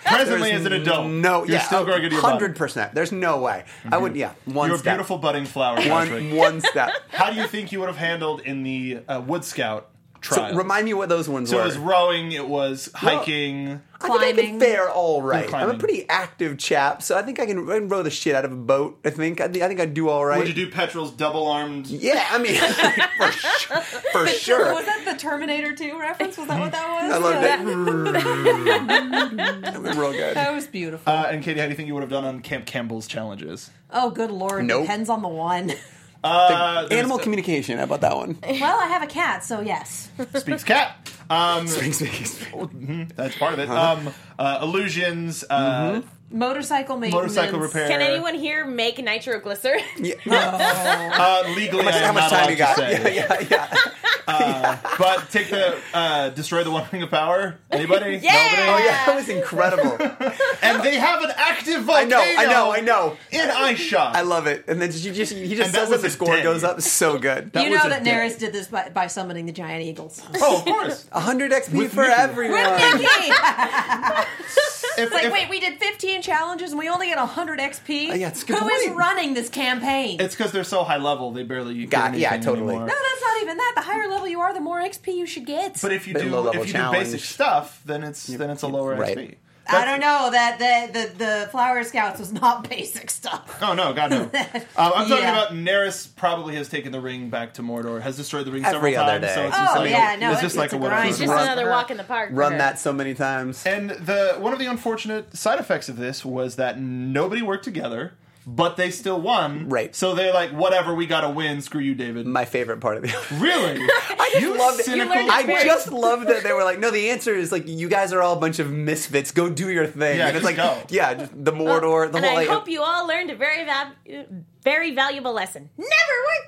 S3: Presently,
S5: There's
S3: as an adult,
S5: No,
S3: you're
S5: yeah,
S3: still growing into your
S5: hundred
S3: body. Mm-hmm.
S5: percent. There's no way. I would, yeah, one
S3: You're a
S5: step.
S3: beautiful budding flower.
S5: one
S3: Patrick.
S5: one step.
S3: How do you think you would have handled in the uh, Wood Scout trial?
S5: So remind me what those ones
S3: So
S5: were.
S3: it was rowing. It was hiking.
S5: I think I
S6: Climbing.
S5: can fare all right. I'm a
S3: climbing.
S5: pretty active chap, so I think I can, I can row the shit out of a boat. I think I, think- I think I'd do all right.
S3: Would you do Petrel's double armed?
S5: Yeah, I mean, for sure. For sure.
S6: Was that the Terminator 2 reference? Was that what that was?
S5: I loved
S6: Yeah.
S5: it. That was real good.
S6: That was beautiful.
S3: Uh, and Katie, how do you think you would have done on Camp Campbell's challenges?
S6: oh, good lord.
S5: Nope.
S6: Depends on the one.
S3: Uh, there's-
S5: Animal communication. How about that one?
S6: well, I have a cat, so yes.
S3: speaks cat. Um, that's part of it. Um, uh, illusions. Uh,
S5: Mm-hmm.
S6: Motorcycle maintenance.
S3: Motorcycle repair.
S4: Can anyone here make nitroglycerin?
S3: Uh, legally, I
S5: How
S3: am not
S5: much time
S3: allowed to
S5: you got?
S3: say.
S5: Yeah, yeah, yeah.
S3: But take the uh, destroy the one ring of power. Anybody?
S4: Yeah!
S5: Oh, yeah, that was incredible.
S3: Nobody? And they have an active
S5: I
S3: volcano.
S5: know, I know, I know.
S3: In eye shot.
S5: I love it. And then you just, he just
S3: And that
S5: says that
S3: was
S5: the
S3: a
S5: score
S3: day.
S5: goes up. So good.
S6: you
S3: was
S6: know
S3: a
S6: that
S3: dick.
S6: Nereus did this by, by summoning the giant
S3: Uh,
S6: eagles.
S3: Oh, of course.
S5: 100 XP
S3: With
S5: for
S3: Nikki.
S5: everyone.
S6: Nikki!
S3: if,
S6: It's like,
S3: if-
S6: wait, we did 15 challenges and we only get 100 XP?
S3: Uh, yeah, it's a
S6: Who
S3: good
S6: is
S3: point.
S6: running this campaign?
S3: it's because they're so high level, they barely get
S5: Got- yeah,
S3: anything
S5: totally.
S3: anymore.
S6: no, that's not even that. The higher level you are, the more XP you should get.
S3: But if you
S5: Bit
S3: do,
S5: low-level
S3: if you
S5: challenge.
S3: do basic stuff, then it's then it's a lower
S5: right.
S3: XP.
S6: I don't know that the, the, the Flower Scouts was not basic stuff.
S3: Oh no, God no! Uh, I'm talking
S6: Yeah.
S3: about Nerys probably has taken the ring back to Mordor, has destroyed the ring
S5: Every
S3: several times,
S5: other day.
S3: so it's
S6: Oh,
S3: just like
S6: yeah, no,
S3: it's
S6: it's-
S3: just like
S6: it's
S3: a
S6: a
S3: whatever.
S6: grind.
S4: It's just
S5: Run-
S4: another walk in the park. for her.
S5: Run that so many times.
S3: And the one of the unfortunate side effects of this was that nobody worked together, but they still won.
S5: Right.
S3: So they're like, whatever, we gotta win. Screw you, David.
S5: My favorite part of the.
S3: really?
S5: I just loved it.
S3: cynical You learned
S5: I
S3: quick.
S5: just loved that they were like, no, the answer is like, you guys are all a bunch of misfits. Go do your thing.
S3: Yeah,
S5: and it's
S3: just
S5: like,
S3: go.
S5: yeah, just the Mordor, the
S4: and
S5: whole.
S4: I
S5: like,
S4: hope you all learned a very val- very valuable lesson. Never work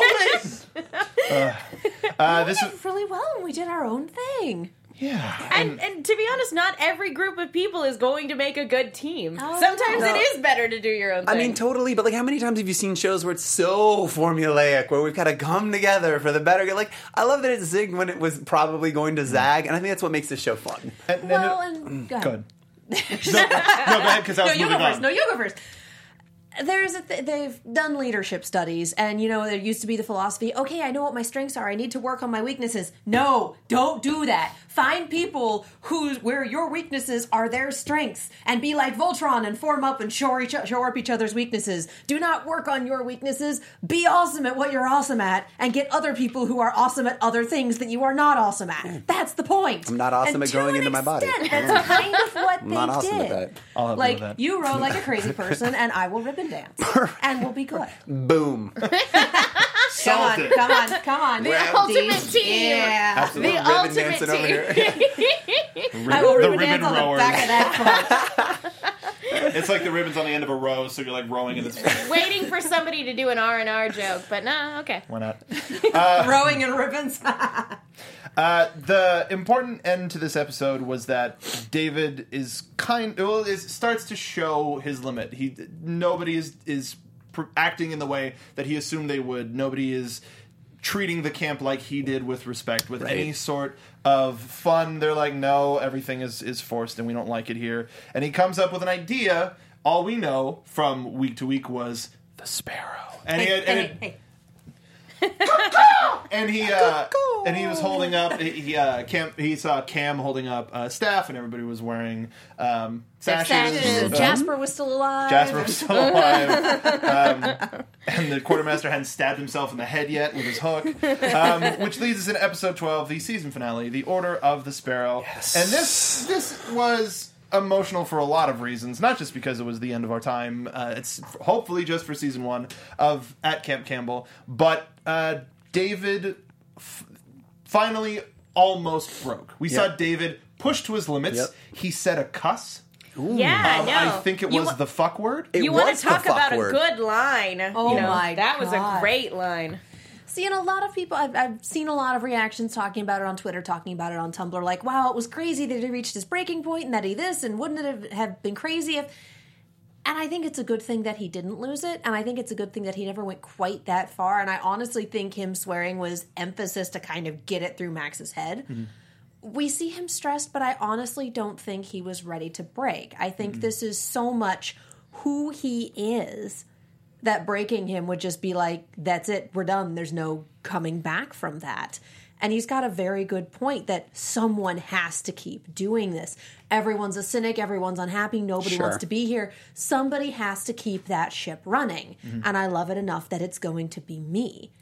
S3: no
S4: together.
S3: way. Uh, this
S6: We
S3: is
S6: did really well and we did our own thing.
S3: yeah.
S4: and, and to be honest, not every group of people is going to make a good team.
S6: Oh,
S4: Sometimes
S6: no.
S4: it is better to do your own
S5: I
S4: thing.
S5: mean, totally, but like, how many times have you seen shows where it's so formulaic, where we've got to come together for the better? good? Like, I love that it zigged when it was probably going to zag, and I think that's what makes this show fun.
S3: And, and-
S6: Well, and go ahead.
S3: Good. no, no, go ahead because I
S6: No,
S3: was
S6: you
S3: moving
S6: go
S3: on.
S6: first. No, you go first. There's a th- they've done leadership studies, and you know there used to be the philosophy. Okay, I know what my strengths are. I need to work on my weaknesses. No, don't do that. Find people who where your weaknesses are their strengths, and be like Voltron and form up and shore each shore up each other's weaknesses. Do not work on your weaknesses. Be awesome at what you're awesome at, and get other people who are awesome at other things that you are not awesome at. That's the point. I'm
S5: Hmm. not awesome at going into my body. Hmm.
S6: That's kind of what they
S5: not awesome at
S6: did.
S5: that.
S3: I'll have
S6: like
S3: none of that.
S6: you row like a crazy person, and I will ribbon dance, and we'll be good.
S5: Boom.
S6: Come
S3: Solved
S6: on,
S3: it.
S6: come on, come on.
S5: The
S4: ultimate
S6: Dean.
S4: team.
S6: Yeah.
S5: Absolute
S4: The
S5: ribbon
S4: ultimate
S5: dancing over
S4: team.
S5: here.
S6: I will
S3: The ribbon
S6: ribbon dance on
S3: rowers.
S6: the back of that foot.
S3: It's like the ribbons on the end of a row, so you're like rowing in this.
S4: waiting for somebody to do an R and R joke, but no, okay.
S3: Why not?
S6: Rowing in ribbons.
S3: Uh, the important end to this episode was that David is kind. Well, is starts to show his limit. He nobody is is pr- acting in the way that he assumed they would. Nobody is treating the camp like he did with respect, with any sort of fun. They're like, no, everything is is forced, and we don't like it here. And he comes up with an idea. All we know from week to week was the sparrow, and he had, and it- and he uh, and he was holding up. He he, uh, Cam, he saw Cam holding up uh, staff, and everybody was wearing um, sashes.
S4: sashes.
S3: Uh,
S6: Jasper was still alive.
S3: Jasper was still alive, um, and the quartermaster hadn't stabbed himself in the head yet with his hook, um, which leads us into episode twelve, the season finale, the Order of the Sparrow. And this this was emotional for a lot of reasons, not just because it was the end of our time. Uh, it's hopefully just for season one of at Camp Campbell, but uh, David finally almost broke. We saw David pushed to his limits.
S5: Yep.
S3: He said a cuss.
S4: Yeah,
S3: Um,
S4: no.
S3: I think it
S4: You
S3: was
S4: wa-
S3: the fuck word.
S5: It
S4: You want
S5: was
S4: to
S5: the
S4: talk
S5: fuck
S4: about
S5: word.
S4: a good line?
S6: Oh
S4: you know,
S6: my
S4: that was
S6: God.
S4: a great line.
S6: See, and a lot of people, I've, I've seen a lot of reactions talking about it on Twitter, talking about it on Tumblr. Like, wow, it was crazy that he reached his breaking point and that he this, and wouldn't it have, have been crazy if. And I think it's a good thing that he didn't lose it. And I think it's a good thing that he never went quite that far. And I honestly think him swearing was emphasis to kind of get it through Max's head. We see him stressed, but I honestly don't think he was ready to break. I think this is so much who he is that breaking him would just be like, that's it, we're done. There's no coming back from that. And he's got a very good point that someone has to keep doing this. Everyone's a cynic, everyone's unhappy, nobody wants to be here. Somebody has to keep that ship running. And I love it enough that it's going to be me.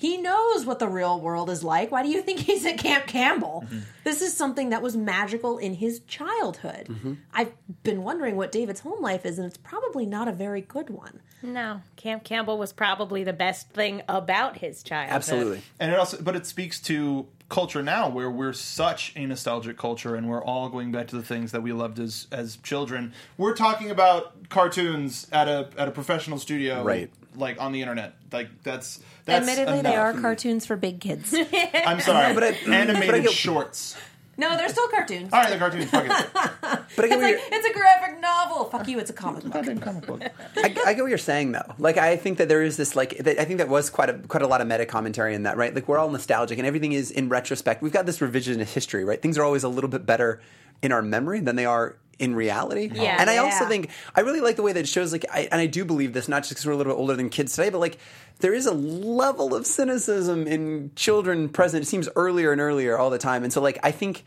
S6: He knows what the real world is like. Why do you think he's at Camp Campbell? This is something that was magical in his childhood. I've been wondering what David's home life is, and it's probably not a very good one.
S4: No, Camp Campbell was probably the best thing about his childhood.
S5: Absolutely.
S3: and it also but it speaks to culture now where we're such a nostalgic culture and we're all going back to the things that we loved as as children we're talking about cartoons at a at a professional studio
S5: Right.
S3: like on the internet like that's that's
S6: Admittedly, they are
S3: enough.
S6: cartoons for big kids. no,
S3: i'm sorry
S5: But I-
S3: animated
S5: but I get-
S3: shorts
S6: they're still cartoons.
S3: all right the cartoons fuck it.
S5: But I get
S6: It's
S5: what
S6: like
S5: you're-
S6: it's a graphic novel. Fuck you, it's a comic book.
S3: Goddamn comic book.
S5: I, I get what you're saying though. Like I think that there is this like that, I think that was quite a quite a lot of meta commentary in that, right? Like we're all nostalgic and everything is in retrospect. We've got this revisionist history, right? Things are always a little bit better in our memory than they are in reality.
S6: Yeah.
S5: and I also
S6: Yeah.
S5: think I really like the way that it shows like I, and I do believe this not just because we're a little bit older than kids today, but like there is a level of cynicism in children present. It seems earlier and earlier all the time, and so like I think.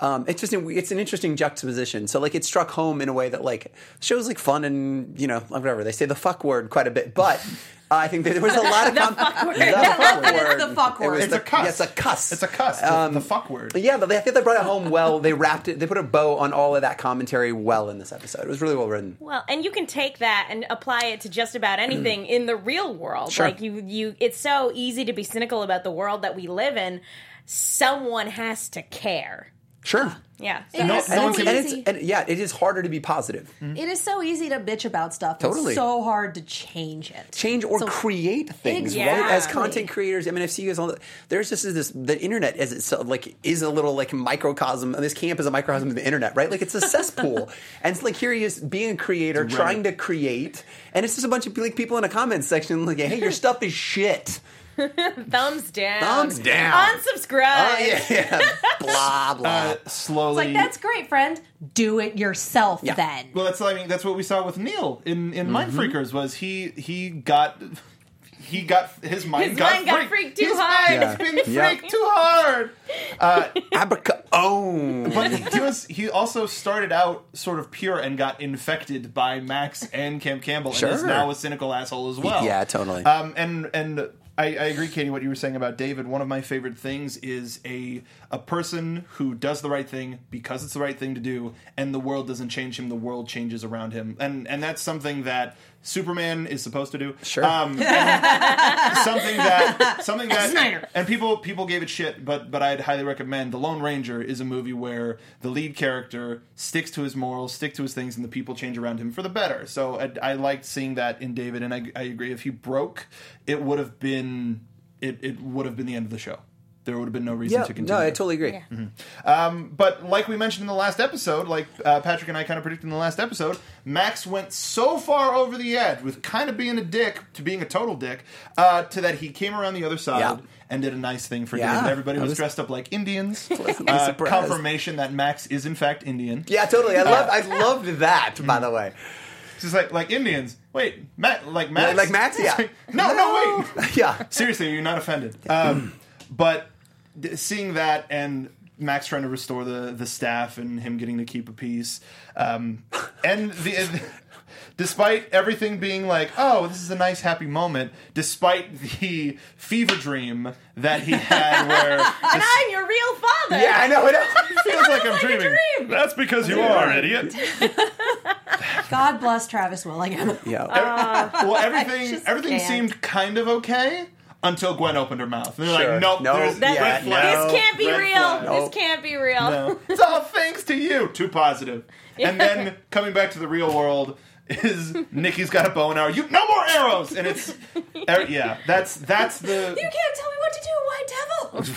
S5: Um, it's just an, it's an interesting juxtaposition. So like it struck home in a way that like shows like fun and you know like, whatever they say the fuck word quite a bit, but uh, I think that there was a lot of com- the fuck word.
S6: It's the fuck
S5: It was
S6: word.
S3: It's
S5: the-
S3: a cuss.
S5: yeah, it's a cuss.
S3: It's a cuss. It's the fuck word.
S5: But yeah, but they, I think they brought it home well. They wrapped it. They put a bow on all of that commentary well in this episode. It was really well written.
S4: Well, and you can take that and apply it to just about anything in the real world.
S5: Mm. Sure.
S4: Like you you it's so easy to be cynical about the world that we live in. Someone has to care.
S5: Sure.
S4: Yeah. So-
S6: It
S3: No-
S6: is
S3: no
S6: so
S3: one
S5: And,
S3: can-
S5: it's,
S6: easy.
S5: and yeah, it is harder to be positive.
S6: It is so easy to bitch about stuff.
S5: Totally.
S6: It's so hard to change it.
S5: Change or
S6: So-
S5: create things, right? As
S6: Exactly.
S5: content creators, I mean, I see you guys all. The, there's just this the internet is itself like is a little like microcosm. This camp is a microcosm of the internet, right? Like it's a cesspool, and it's like here he is being a creator, trying to create, and it's just a bunch of like people in a comment section like, "Hey, your stuff is shit."
S4: thumbs down.
S5: Thumbs down.
S6: Uh,
S4: Unsubscribe.
S5: Oh yeah, yeah. blah blah.
S3: Uh, slowly.
S6: Like that's great, friend. Do it yourself
S5: Yeah.
S6: then.
S3: Well, that's I mean that's what we saw with Neil in in Mind
S5: Mm-hmm.
S3: Freakers was he he got he got his mind
S4: His
S3: got
S4: mind got
S3: freaked.
S4: freaked too
S3: his
S4: hard.
S3: mind's been freaked
S5: Yeah.
S3: too hard.
S5: Abaca oh. own.
S3: But he was he also started out sort of pure and got infected by Max and Cam Campbell and is
S5: Sure.
S3: now a cynical asshole as well.
S5: Yeah, totally.
S3: Um, and and I, I agree, Katie, what you were saying about David. One of my favorite things is a a person who does the right thing because it's the right thing to do, and the world doesn't change him. The world changes around him, and and that's something that Superman is supposed to do.
S5: Sure.
S3: Um, and something that something that
S4: Snyder.
S3: and people people gave it shit, but but I'd highly recommend The Lone Ranger is a movie where the lead character sticks to his morals, stick to his things, and the people change around him for the better. So I, I liked seeing that in David, and I, I agree. If he broke, it would have been it, it would have been the end of the show. There would have been no reason
S5: yeah,
S3: to continue.
S5: no, I totally agree. Mm-hmm.
S3: But like we mentioned in the last episode, like uh, Patrick and I kind of predicted in the last episode, Max went so far over the edge with kind of being a dick to being a total dick, uh, to that he came around the other side
S5: Yeah.
S3: and did a nice thing for
S5: Yeah,
S3: David. Everybody
S5: I
S3: was,
S5: was-
S3: dressed up like Indians.
S5: Pleasantly
S3: Uh,
S5: surprised.
S3: confirmation that Max is in fact Indian.
S5: Yeah, totally. I love. I loved that. By the way,
S3: It's just like like Indians. Wait, Matt, like Max,
S5: like Max?
S3: It's
S5: Yeah.
S3: like, no, no, wait.
S5: yeah,
S3: Seriously, you're not offended. Um, but d- seeing that and Max trying to restore the the staff and him getting to keep a piece, um, and the. and- Despite everything being like, oh, this is a nice happy moment, despite the fever dream that he had where
S4: And
S3: this
S4: I'm your real father.
S5: yeah. I know. I know.
S3: feels like I'm dreaming.
S4: dream.
S3: That's because you are, idiot.
S6: God bless Travis Willingham.
S5: Yeah.
S6: Uh,
S3: well, everything
S6: just
S3: everything
S6: can't.
S3: seemed kind of okay until Gwen opened her mouth. And they're
S5: Sure.
S3: like, nope,
S5: No,
S3: there's
S5: that-
S3: red
S5: yeah,
S3: flag.
S5: no.
S4: This can't be
S3: Red
S4: real.
S3: flag.
S5: Nope.
S4: This can't be real.
S3: No. it's all thanks to you. Too positive. And then coming back to the real world is Nikki's got a bow and arrow. You no more arrows, and it's er, yeah. That's that's
S4: You
S3: the.
S4: can't tell me what to do, white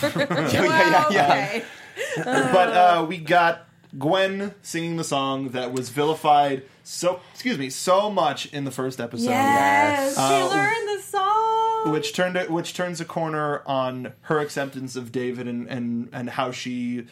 S4: devil.
S5: yeah, yeah, yeah.
S6: Okay.
S3: But uh, we got Gwen singing the song that was vilified so excuse me so much in the first episode.
S6: Yes.
S3: Uh,
S6: she learned the song.
S3: Which turned it, which turns a corner on her acceptance of David and and and how she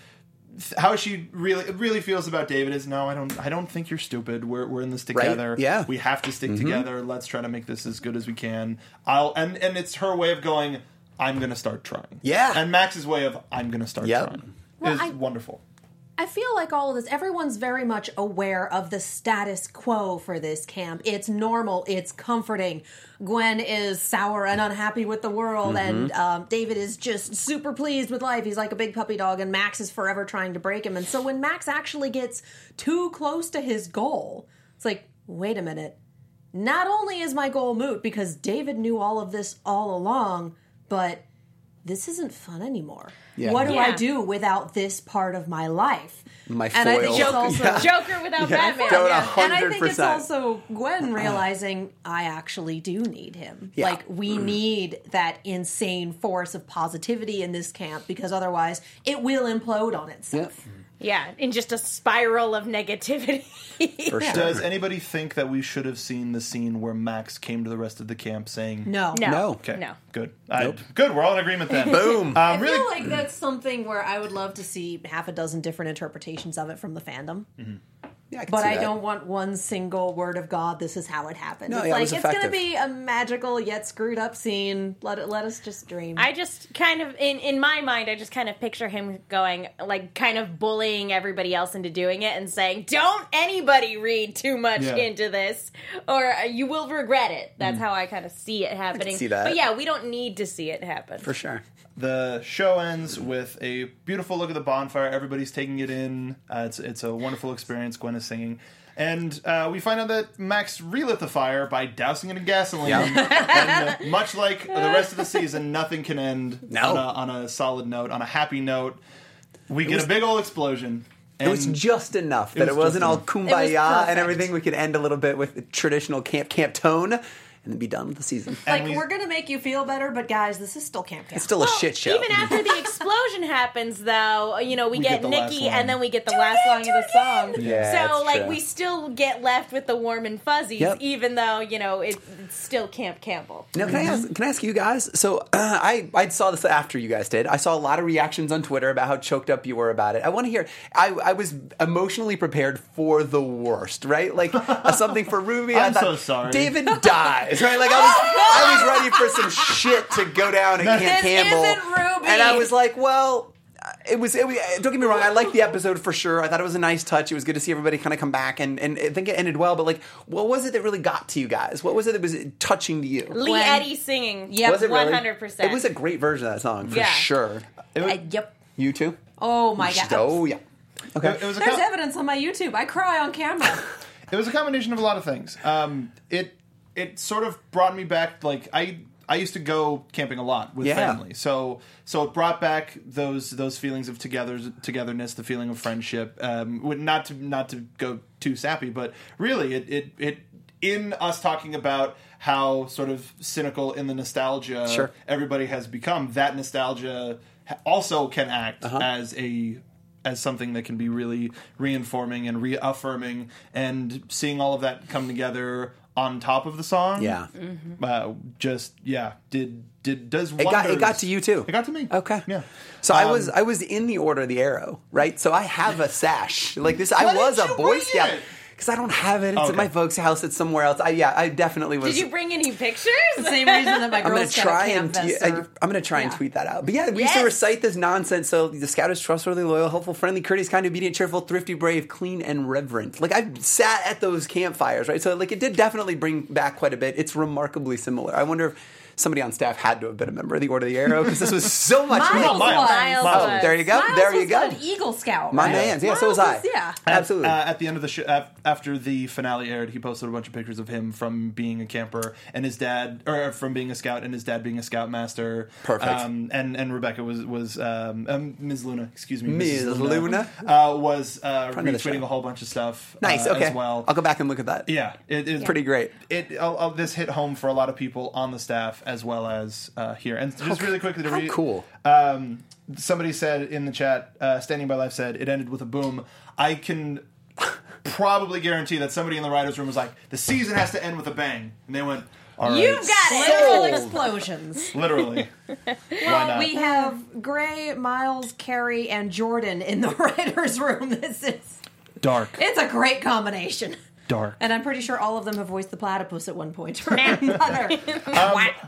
S3: how she really really feels about David is no I don't I don't think you're stupid we're we're in this together
S5: Yeah. Mm-hmm.
S3: we have to stick together let's try to make this as good as we can I'll and and it's her way of going I'm gonna start trying
S5: Yeah.
S3: and Max's way of I'm gonna start
S5: Yep.
S3: trying
S6: Well,
S3: is
S6: I-
S3: wonderful
S6: I feel like all of this, everyone's very much aware of the status quo for this camp. It's normal, it's comforting. Gwen is sour and unhappy with the world, and um, David is just super pleased with life. He's like a big puppy dog, and Max is forever trying to break him. And so when Max actually gets too close to his goal, it's like, wait a minute. Not only is my goal moot because David knew all of this all along, but this isn't fun anymore. What do I
S4: Yeah.
S6: do without this part of my life?
S5: My
S6: and I think
S5: foil.
S6: it's also
S5: Yeah.
S4: Joker without Batman.
S5: Don't
S4: Yeah.
S5: know.
S6: and I think it's
S5: 100%.
S6: also Gwen realizing I actually do need him.
S5: Yeah. Mm.
S6: Like we need that insane force of positivity in this camp because otherwise it will implode on itself.
S4: Yeah, in just a spiral of negativity.
S5: For sure.
S3: Does anybody think that we should have seen the scene where Max came to the rest of the camp saying
S6: No.
S4: No.
S5: No.
S3: Okay.
S4: No.
S3: Good. I- good. We're all in agreement then.
S5: Boom.
S3: Um,
S6: I feel
S3: really.
S6: like that's something where I would love to see half a dozen different interpretations of it from the fandom,
S5: Yeah, Mm-hmm. I can
S6: but
S5: see
S6: I
S5: that.
S6: don't want one single word of God. This is how it happened.
S5: No,
S6: it's
S5: yeah, it
S6: like
S5: was
S6: it's going to
S5: effective.
S6: be a magical yet screwed up scene. Let it, let us just dream.
S4: I just kind of in in my mind, I just kind of picture him going like kind of bullying everybody else into doing it and saying, "Don't anybody read too much
S3: Yeah.
S4: into this, or uh, you will regret it." That's how I kind of see it happening.
S5: see that.
S4: But yeah, we don't need to see it happen.
S5: For sure.
S3: The show ends with a beautiful look at the bonfire. Everybody's taking it in. Uh, it's it's a wonderful experience. Gwen is singing, and uh, we find out that Max relit the fire by dousing it in gasoline. and, uh, much like the rest of the season, nothing can end
S5: No.
S3: on, a, on a solid note, on a happy note. We get
S5: was-
S3: a big old explosion.
S5: It was
S3: and-
S5: just enough
S3: was
S5: that it, wasn't
S3: just
S5: all
S3: enough.
S6: It was
S5: kumbaya
S6: perfect.
S5: and everything. We could end a little bit with the traditional camp camp tone, and then be done with the season.
S6: like
S3: we-
S6: we're going to make you feel better, but guys, this is still camp camp.
S5: It's still a
S4: Well,
S5: shit show.
S4: Even after the explosion happens, though, you know, we, get
S3: get the last
S4: Nikki
S3: line.
S4: and then we get the last
S6: it,
S4: song of
S6: do
S4: the
S6: it
S4: song.
S5: Yeah,
S4: so,
S5: that's
S4: like,
S5: true.
S4: we still get left with the warm and fuzzies,
S5: Yep.
S4: even though, you know, it, it's still Camp Campbell.
S5: Now, can I ask? Can I ask you guys? So, uh, I I saw this after you guys did. I saw a lot of reactions on Twitter about how choked up you were about it. I want to hear. I I was emotionally prepared for the worst, right? Like uh, something for Ruby. I
S3: I'm
S5: thought,
S3: so sorry.
S5: David dies, right? Like I was I was ready for some shit to go down at Camp
S6: This
S5: Campbell,
S6: isn't Ruby.
S5: and I was like, well. uh, It was. It, was- don't get me wrong. I liked the episode for sure. I thought it was a nice touch. It was good to see everybody kind of come back, and, and I think it ended well. But like, what was it that really got to you guys? What was it that was touching to you?
S4: Lee
S6: Gwen.
S4: Eddy singing.
S6: Yep.
S5: Was it really?
S4: 100%.
S5: It was a great version of that song for
S4: Yeah.
S5: sure.
S6: Uh, yep.
S5: You too?
S6: Oh my god.
S5: Oh yeah. Okay.
S3: it was a
S6: There's
S3: com-
S6: evidence on my YouTube. I cry on camera.
S3: it was a combination of a lot of things. Um, it it sort of brought me back. Like I I used to go camping a lot with
S5: Yeah.
S3: family, so so it brought back those those feelings of together togetherness, the feeling of friendship. Um, would- not to not to go too sappy, but really it it it in us talking about how sort of cynical in the nostalgia
S5: Sure.
S3: everybody has become that nostalgia ha- also can act
S5: Uh-huh.
S3: as a as something that can be really reinforming and reaffirming and seeing all of that come together on top of the song
S5: yeah.
S3: uh, just yeah did did does
S5: It got it got to you too.
S3: it got to me
S5: Okay.
S3: yeah Um,
S5: So I was I was in the order of the arrow, right? So I have a sash. Like this I
S3: Why
S5: was
S3: didn't
S5: a
S3: you
S5: boy
S3: bring
S5: scout.
S3: it?
S5: Because I don't have it. It's at
S3: Okay.
S5: my folks' house. It's somewhere else. I yeah, I definitely was
S4: Did you bring any pictures?
S6: Same reason that my
S5: I'm
S6: girls
S5: gonna try
S6: camp
S5: and
S6: vest
S5: t- I,
S6: are-
S5: am gonna try and
S6: Yeah.
S5: tweet that out. But yeah, we used to
S4: Yes.
S5: recite this nonsense. So the scout is trustworthy, loyal, helpful, friendly, courteous, kind, obedient, cheerful, thrifty, brave, clean, and reverent. Like I sat at those campfires, right? So like it did definitely bring back quite a bit. It's remarkably similar. I wonder if somebody on staff had to have been a member of the Order of the Arrow because this was so much.
S6: Miles
S5: like-
S6: was.
S4: Miles
S5: Oh,
S4: was.
S5: there you go.
S6: Miles
S5: there you
S6: was
S5: go.
S6: An Eagle Scout.
S5: My
S6: right?
S5: man's. Yeah, so was I.
S6: Miles yeah.
S5: Absolutely.
S3: Uh, at the end of the show, af- after the finale aired, he posted a bunch of pictures of him from being a camper and his dad, or from being a scout and his dad being a scoutmaster.
S5: Perfect.
S3: Um, and and Rebecca was was um, um, Ms. Luna, excuse me,
S5: Ms.
S3: Mrs.
S5: Luna?
S3: uh, was uh,
S5: Friend of the
S3: retweeting
S5: show.
S3: a whole bunch of stuff.
S5: nice.
S3: uh,
S5: okay.
S3: as well.
S5: I'll go back and look at that.
S3: Yeah, it is
S5: Pretty great.
S3: It oh, oh, this hit home for a lot of people on the staff as well as uh, here. And just really quickly to
S5: How
S3: read,
S5: cool.
S3: Um, somebody said in the chat, uh, "Standing by Life" said it ended with a boom. I can probably guarantee that somebody in the writers' room was like, "The season has to end with a bang," and they went, "All right,
S4: You got
S6: Literal
S4: it.
S6: explosions.
S3: literally." Why not?
S6: We have Gray, Miles, Carrie, and Jordan in the writers' room. This is
S3: dark,
S6: it's a great combination.
S3: dark.
S6: And I'm pretty sure all of them have voiced the platypus at one point or another.
S4: Um,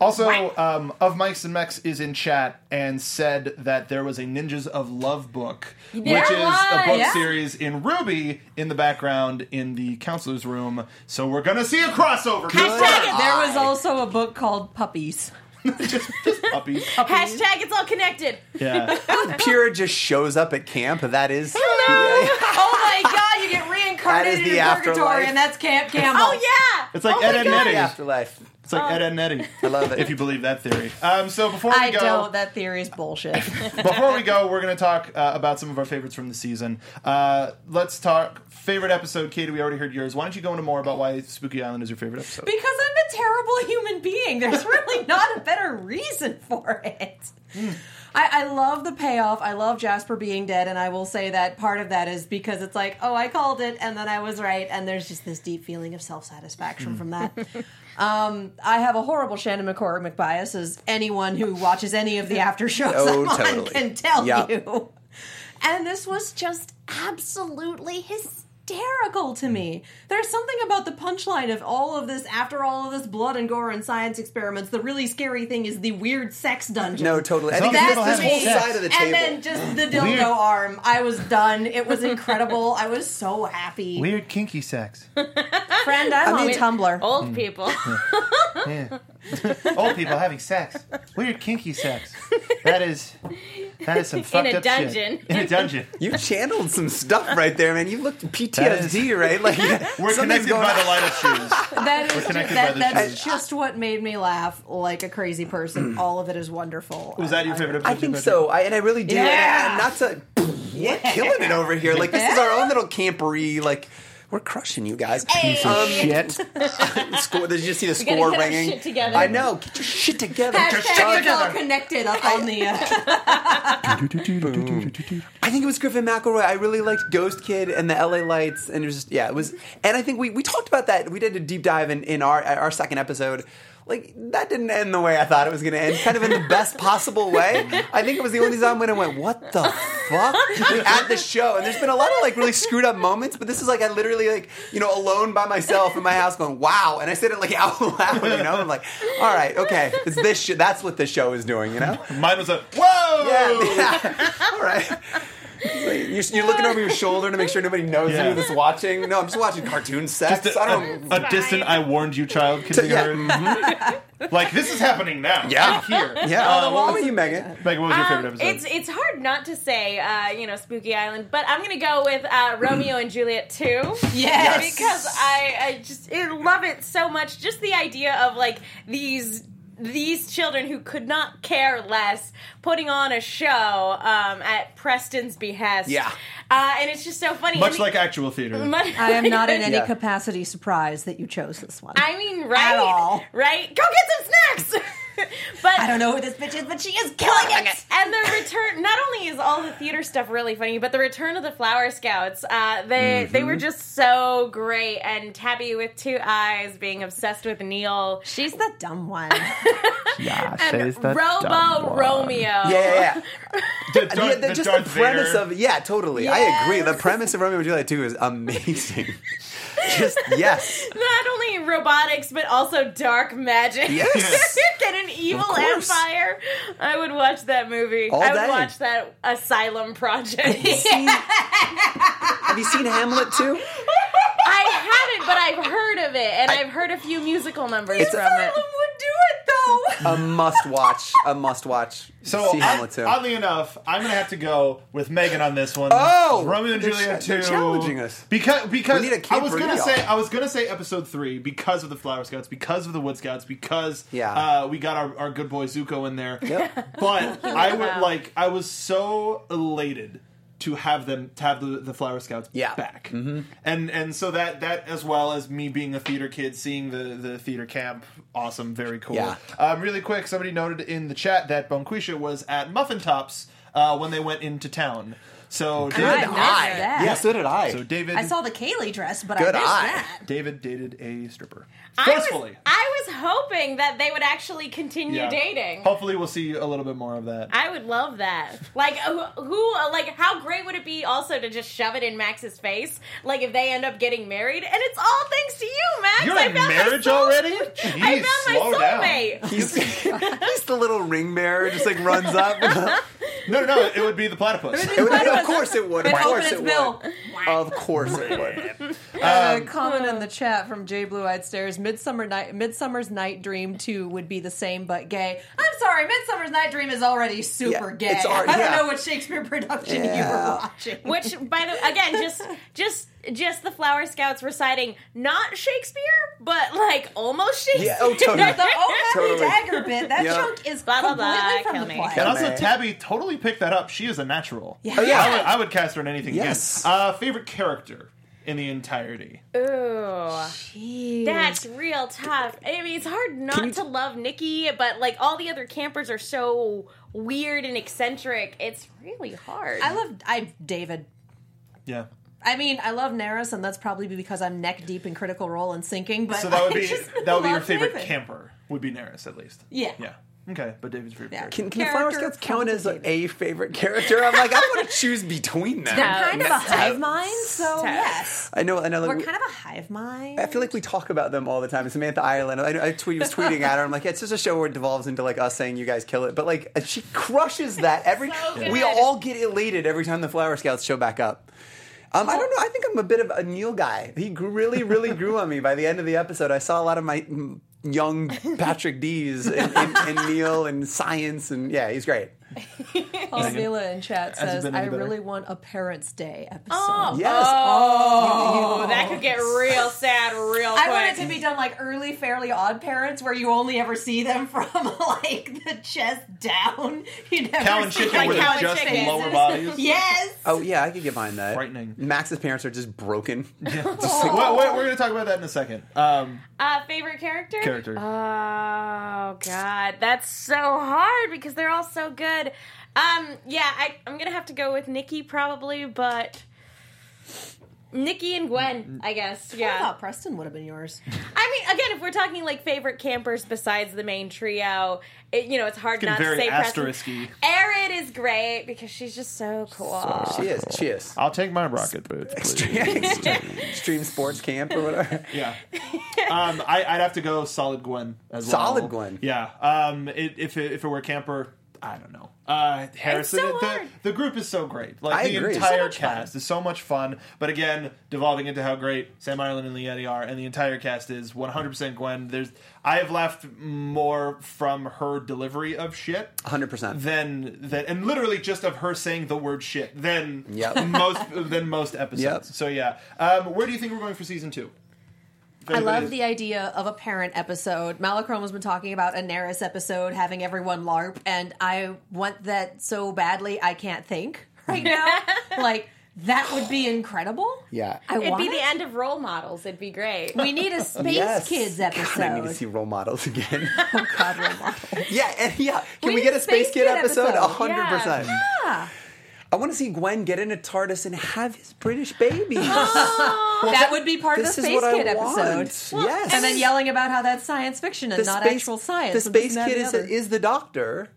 S3: Also, um, of Mike's and Mex is in chat and said that there was a Ninjas of Love book, which is a book
S6: was.
S3: series in Ruby in the background in the counselor's room. So we're gonna see a crossover.
S4: Hashtag
S6: there was also a book called Puppies.
S3: just, just puppies.
S4: Hashtag it's all connected.
S3: Yeah.
S5: Pura just shows up at camp. That is.
S6: oh my god, you get reincarnated
S5: That is the
S6: in purgatory,
S5: afterlife.
S6: and that's Camp Campbell.
S4: Oh, yeah.
S3: It's like
S4: oh
S3: Ed,
S4: my
S3: Ed, and
S4: God. Oh.
S5: The
S3: Eddie.
S5: afterlife.
S3: It's like Ed, Ed, and Eddie.
S5: I love it.
S3: If you believe that theory. Um, so before we
S6: I
S3: go,
S6: don't. That theory is bullshit.
S3: before we go, we're going to talk uh, about some of our favorites from the season. Uh, let's talk favorite episode. Katie, we already heard yours. Why don't you go into more about why Spooky Island is your favorite episode?
S6: Because
S5: Hmm.
S6: I'm a terrible human being. There's really not a better reason for it. I, I love the payoff. I love Jasper being dead, and I will say that part of that is because it's like, oh, I called it, and then I was right, and there's just this deep feeling of self satisfaction from that.
S5: Hmm.
S6: um, I have a horrible Shannon McCormick McBias, as anyone who watches any of the after shows
S5: Oh,
S6: online
S5: totally.
S6: can tell
S5: Yeah.
S6: you. And this was just absolutely hysterical to me. There's something about the punchline of all of this, after all of this blood and gore and science experiments, the really scary thing is the weird sex dungeon.
S5: No, totally. I think
S1: That's
S5: this whole
S1: the thing.
S5: side of the
S6: and
S5: table.
S6: then just the dildo
S1: Weird.
S6: arm. I was done. It was incredible. I was so happy.
S1: Weird kinky sex.
S6: Friend, I'm on
S5: mean-
S6: Tumblr.
S5: Hmm.
S4: Old people.
S1: Yeah. Old people having sex. Weird kinky sex. That is that is some fucked
S4: a
S1: up shit.
S4: dungeon.
S1: In a dungeon.
S5: you channeled some stuff right there, man. You looked
S1: That
S5: PTSD, right? Like
S3: We're
S5: something's
S3: connected
S5: going
S3: by
S5: on.
S3: the light of shoes.
S6: That is just,
S3: connected
S6: that,
S3: by the
S6: that's
S3: shoes.
S6: just what made me laugh like a crazy person. all of it is wonderful.
S3: Was that your favorite episode?
S5: I think so. I, and I really do. And I-
S6: Yeah.
S5: and not to. We're killing it over here. Like this is our own little campery. Like we're crushing you guys.
S1: Piece of shit.
S5: score. Did you just see the
S4: gotta
S5: score
S4: get our
S5: ringing?
S4: shit together.
S5: I know. Get your shit together. Get your shit
S6: Hashtag all
S5: together.
S6: connected up on the. Uh,
S5: I think it was Griffin McElroy. I really liked Ghost Kid and the LA Lights, and it was just yeah, it was. And I think we we talked about that. We did a deep dive in in our our second episode. Like that didn't end the way I thought it was going to end, kind of in the best possible way. I think it was the only time when I went, "What the fuck?" Like, at the show, and there's been a lot of like really screwed up moments, but this is like I literally like you know alone by myself in my house going, "Wow!" And I said it like out loud, you know. I'm like, "All right, okay, it's this. Sh- that's what this show is doing," you know.
S3: Mine was a whoa.
S5: Yeah, yeah. All right. It's like You're, you're looking over your shoulder to make sure nobody knows
S3: Yeah.
S5: you that's watching. No, I'm just watching cartoon sex.
S3: Just a,
S5: I don't.
S3: a, a distant "I warned you, child" can be
S5: Yeah.
S3: heard. Like this is happening now.
S5: Yeah.
S3: Right here.
S5: yeah.
S3: Uh,
S5: what
S3: what
S5: about you, Megan?
S3: Megan, what was your favorite
S4: Um,
S3: episode?
S4: It's it's hard not to say, uh, you know, Spooky Island, but I'm gonna go with uh, Romeo and Juliet too.
S6: Yes.
S4: because I, I just I love it so much. Just the idea of like these these children who could not care less putting on a show um, at Preston's behest.
S5: Yeah.
S4: uh, and it's just so funny.
S3: Much
S4: And-
S5: e-
S3: like actual theater.
S4: much-
S6: I am not in any
S5: Yeah.
S6: capacity surprised that you chose this one.
S4: I mean, right?
S6: At all.
S4: Right? Go get some snacks. but
S6: I don't know who this bitch is, but she is killing it.
S4: And the return, not only is all the theater stuff really funny, but the return of the Flower Scouts, uh, they they were just so great. And Tabby with two eyes being obsessed with Neil.
S6: She's the dumb one.
S1: Yeah,
S4: And Robo Romeo.
S5: Yeah, yeah, yeah.
S3: The
S5: Yeah,
S3: Darth-
S5: the-
S3: the
S5: just
S3: Darth
S5: the premise
S3: Vader.
S5: of yeah, totally. I agree. The premise of Romeo and Juliet too is amazing. just yes,
S4: Not only robotics, but also dark magic.
S5: Yes.
S4: Get an evil
S5: course.
S4: empire. I would watch that movie.
S5: All
S4: I would
S5: day.
S4: watch that Asylum Project.
S5: Have you seen Hamlet too?
S4: I haven't, but I've heard of it, and I, have heard a few musical numbers
S5: It's- Um,
S4: from it.
S6: would do it though.
S5: A must watch. A must watch.
S3: So
S5: see uh,
S3: I-
S5: Hamlet too.
S3: oddly enough, I'm gonna have to go with Megan on this one.
S5: Oh!
S3: Romeo and
S5: They're
S3: Juliet
S5: ch-
S3: two.
S5: they're challenging us.
S3: because because
S5: We need a
S3: I was
S5: keeper,
S3: gonna
S5: y'all.
S3: say I was gonna say episode three because of the Flower Scouts, because of the Wood Scouts, because
S5: Yeah.
S3: uh, we got our, our good boy Zuko in there.
S5: Yep.
S3: But I would
S4: out.
S3: like I was so elated to have them to have the, the Flower Scouts
S5: Yeah. Mm-hmm.
S3: back, and and so that that as well as me being a theater kid, seeing the the theater camp, awesome, very cool.
S5: Yeah.
S3: Um, really quick, somebody noted in the chat that Bonquisha was at Muffin Tops uh, when they went into town. So
S6: I
S3: David,
S6: missed that.
S5: Yeah, so did I.
S3: so David,
S6: I saw the Kaylee dress, but
S5: Good
S6: I missed
S5: eye.
S6: that.
S3: David dated a stripper
S4: I was,
S3: forcefully.
S4: I was hoping that they would actually continue
S3: Yeah.
S4: dating.
S3: Hopefully, we'll see a little bit more of that.
S4: I would love that. Like who, who? Like how great would it be also to just shove it in Max's face? Like if they end up getting married, and it's all thanks to you, Max.
S3: You're
S4: I
S3: in
S4: found my
S3: marriage
S4: soul-
S3: already?
S4: I
S3: Jeez, slow
S4: found my
S3: down.
S4: soulmate.
S5: He's, he's the little ring bearer, just like runs up.
S3: No, no, no. It would be the platypus.
S5: It would- of course it would. Of
S6: It opened its
S5: course it
S6: bill.
S5: would. Um, Of course it would.
S6: Uh, comment in the chat from Jay Blue Eyed Stairs: Midsummer Night, Midsummer's Night Dream Two would be the same but gay. I'm sorry, Midsummer's Night Dream is already super
S5: Yeah,
S6: gay.
S5: it's already-
S6: I don't
S5: yeah.
S6: know what Shakespeare production you were watching.
S4: Which, by the again, just just just the Flower Scouts reciting not Shakespeare, but like almost Shakespeare.
S5: Yeah, oh, totally.
S6: the oh happy
S5: Totally.
S6: dagger bit. That
S5: Yeah.
S6: chunk is
S4: Blah, blah,
S6: completely
S4: blah,
S6: from
S4: kill
S6: the
S4: me.
S6: play.
S3: And also,
S5: Man.
S3: Tabby totally picked that up. She is a natural.
S5: Oh, yeah.
S3: I would, I would cast her in anything.
S5: Yes.
S3: Again. Uh, favorite character. in the entirety.
S4: Ooh, that's real tough. I mean, it's hard not to love Nikki, but like all the other campers are so weird and eccentric. It's really hard.
S6: I love I David.
S3: Yeah.
S6: I mean, I love Naris, and that's probably because I'm neck deep in Critical Role and sinking. But
S3: So that would
S6: I
S3: be
S6: just
S3: that would be your
S6: love
S3: favorite
S6: David.
S3: camper. Would be Naris at least.
S6: Yeah.
S3: Yeah. Okay, but David's favorite.
S6: Yeah.
S3: character.
S5: Can, can the Flower
S6: Character
S5: Scouts count as a favorite character? I'm like, I don't want to choose between them.
S4: No.
S6: Kind of a hive mind, so
S4: Tough.
S6: yes,
S5: I know, I know.
S6: we're
S5: Like, we-
S6: kind of a hive mind.
S5: I feel like we talk about them all the time. Samantha Ireland. I, know- I tweet, was tweeting at her. I'm like, yeah, it's just a show where it devolves into like us saying you guys kill it, but like she crushes that every.
S4: So
S5: we
S4: good.
S5: all get elated every time the Flower Scouts show back up. Um, I don't know. I think I'm a bit of a Neil guy. He grew, really, really grew on me by the end of the episode. I saw a lot of my mm, young Patrick D's in, in, in Neil and science, and yeah, he's great.
S6: Paul Vila in
S3: Has
S6: chat
S3: it
S6: says,
S3: been
S6: "I
S3: any better?"
S6: really want a Parents' Day episode."
S4: Oh,
S5: Yes.
S4: oh, that could get real sad real quick.
S6: I want it to be done like early Fairly Odd Parents, where you only ever see them from like the chest down. You never
S3: Cow and
S6: see
S3: chicken
S4: Like
S3: with
S4: cow and
S3: just
S4: chicken.
S3: lower bodies.
S6: Yes.
S5: Oh yeah, I could get behind that.
S3: Frightening.
S5: Max's parents are just broken.
S3: Well, wait, we're going to talk about that in a second. Um,
S4: Uh, favorite character?
S3: Character.
S4: Oh god, that's so hard because they're all so good. Um, yeah, I, I'm gonna have to go with Nikki probably, but Nikki and Gwen, I guess.
S6: I
S4: Yeah.
S6: thought Preston would have been yours.
S4: I mean, again, if we're talking like favorite campers besides the main trio, it, you know, it's hard
S3: getting
S4: not to
S3: very
S4: say
S3: asterisky.
S4: Preston. Erin is great because she's just so cool.
S5: She is. She is.
S3: I'll take my rocket boots, please.
S5: Extreme sports camp or whatever.
S3: yeah. Um, I, I'd have to go solid Gwen as well.
S5: Solid Gwen.
S3: Yeah. Um, it, if it, if it were camper, I don't know. Uh, Harrison,
S4: so
S3: the,
S4: hard.
S3: the group is so great. Like
S5: I
S3: the
S5: agree. So
S3: entire
S5: much
S3: cast is so much fun. But again, devolving into how great Sam Ireland and Lietti are, and the entire cast is 100% Gwen. There's I have laughed more from her delivery of shit
S5: 100%.
S3: than than and literally just of her saying the word shit than
S5: Yep.
S3: most than most episodes.
S5: Yep.
S3: So yeah, um, where do you think we're going for season two? If
S6: I love
S3: anybody's-
S6: the idea of a parent episode. Malachrome has been talking about a Naris episode having everyone LARP, and I want that so badly I can't think right now. like that would be incredible.
S5: Yeah.
S6: I
S4: It'd
S6: want
S4: be the
S6: it.
S4: end of role models. It'd be great.
S6: We need a Space
S5: Yes.
S6: Kids
S5: God,
S6: episode.
S5: I need to see role models again.
S6: Oh, God, role model.
S5: yeah, and yeah. Can we,
S6: need
S5: get a
S6: a
S5: Space,
S6: Space
S5: Kid,
S6: Kid
S5: episode? A
S6: episode.
S5: hundred
S4: Yeah.
S5: percent.
S6: Ah.
S5: I want to see Gwen get in a TARDIS and have his British baby.
S6: that would be part
S5: this
S6: of
S5: is
S6: the Space
S5: what I
S6: Kid
S5: want.
S6: episode.
S5: Yes.
S6: And then yelling about how that's science fiction and
S5: the
S6: not
S5: space,
S6: actual science.
S5: The
S6: and this
S5: Space
S6: and that
S5: Kid
S6: and
S5: is,
S6: the other.
S5: is the doctor.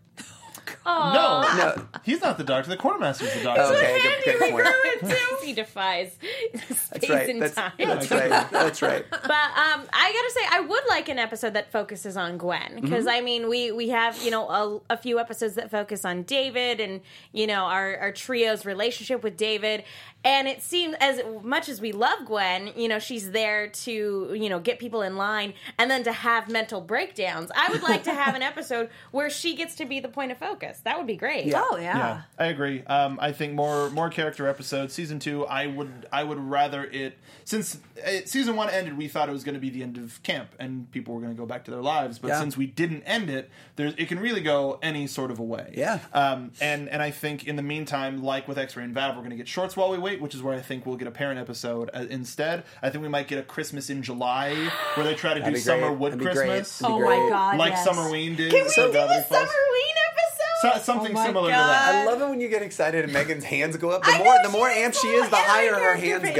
S3: no,
S5: No.
S3: he's not the doctor. The quartermaster's the doctor.
S5: Okay, good,
S4: Andy
S5: good point.
S4: McGruin too. He defies space
S5: That's right.
S4: and
S5: That's,
S4: time.
S5: that's right. That's right.
S4: But um, I gotta say, I would like an episode that focuses on Gwen
S5: Mm-hmm.
S4: because I mean, we we have you know a, a few episodes that focus on David and you know our our trio's relationship with David, and it seems as much as we love Gwen, you know she's there to you know get people in line and then to have mental breakdowns. I would like to have an episode where she gets to be the point of focus. That would be great.
S6: Oh yeah.
S3: Yeah, I agree. Um, I think more more character episodes. Season two, I would I would rather it since uh season one ended, we thought it was going to be the end of camp and people were going to go back to their lives. But
S5: Yeah.
S3: since we didn't end it, there's it can really go any sort of a way.
S5: Yeah.
S3: Um, and and I think in the meantime, like with X Ray and Vav, we're going to get shorts while we wait, which is where I think we'll get a parent episode uh, instead. I think we might get a Christmas in July where they try to do
S5: be
S3: summer
S5: great.
S3: wood
S5: That'd be great.
S3: Christmas.
S5: That'd
S6: Oh
S5: be
S6: my
S5: great.
S6: God.
S3: Like
S6: yes.
S3: Summerween did.
S4: Can we
S3: so
S4: do a
S3: Gravity
S4: Summerween
S3: Falls.
S4: episode?
S3: So, something
S6: Oh, my
S3: similar to
S6: God.
S3: that.
S5: I love it when you get excited and Megan's hands go up. The
S4: I
S5: more
S4: know,
S5: the
S4: she
S5: more
S4: is
S5: amped she
S4: so
S5: is, the
S4: happy
S5: higher
S4: with
S5: her
S4: her
S5: hands
S4: face.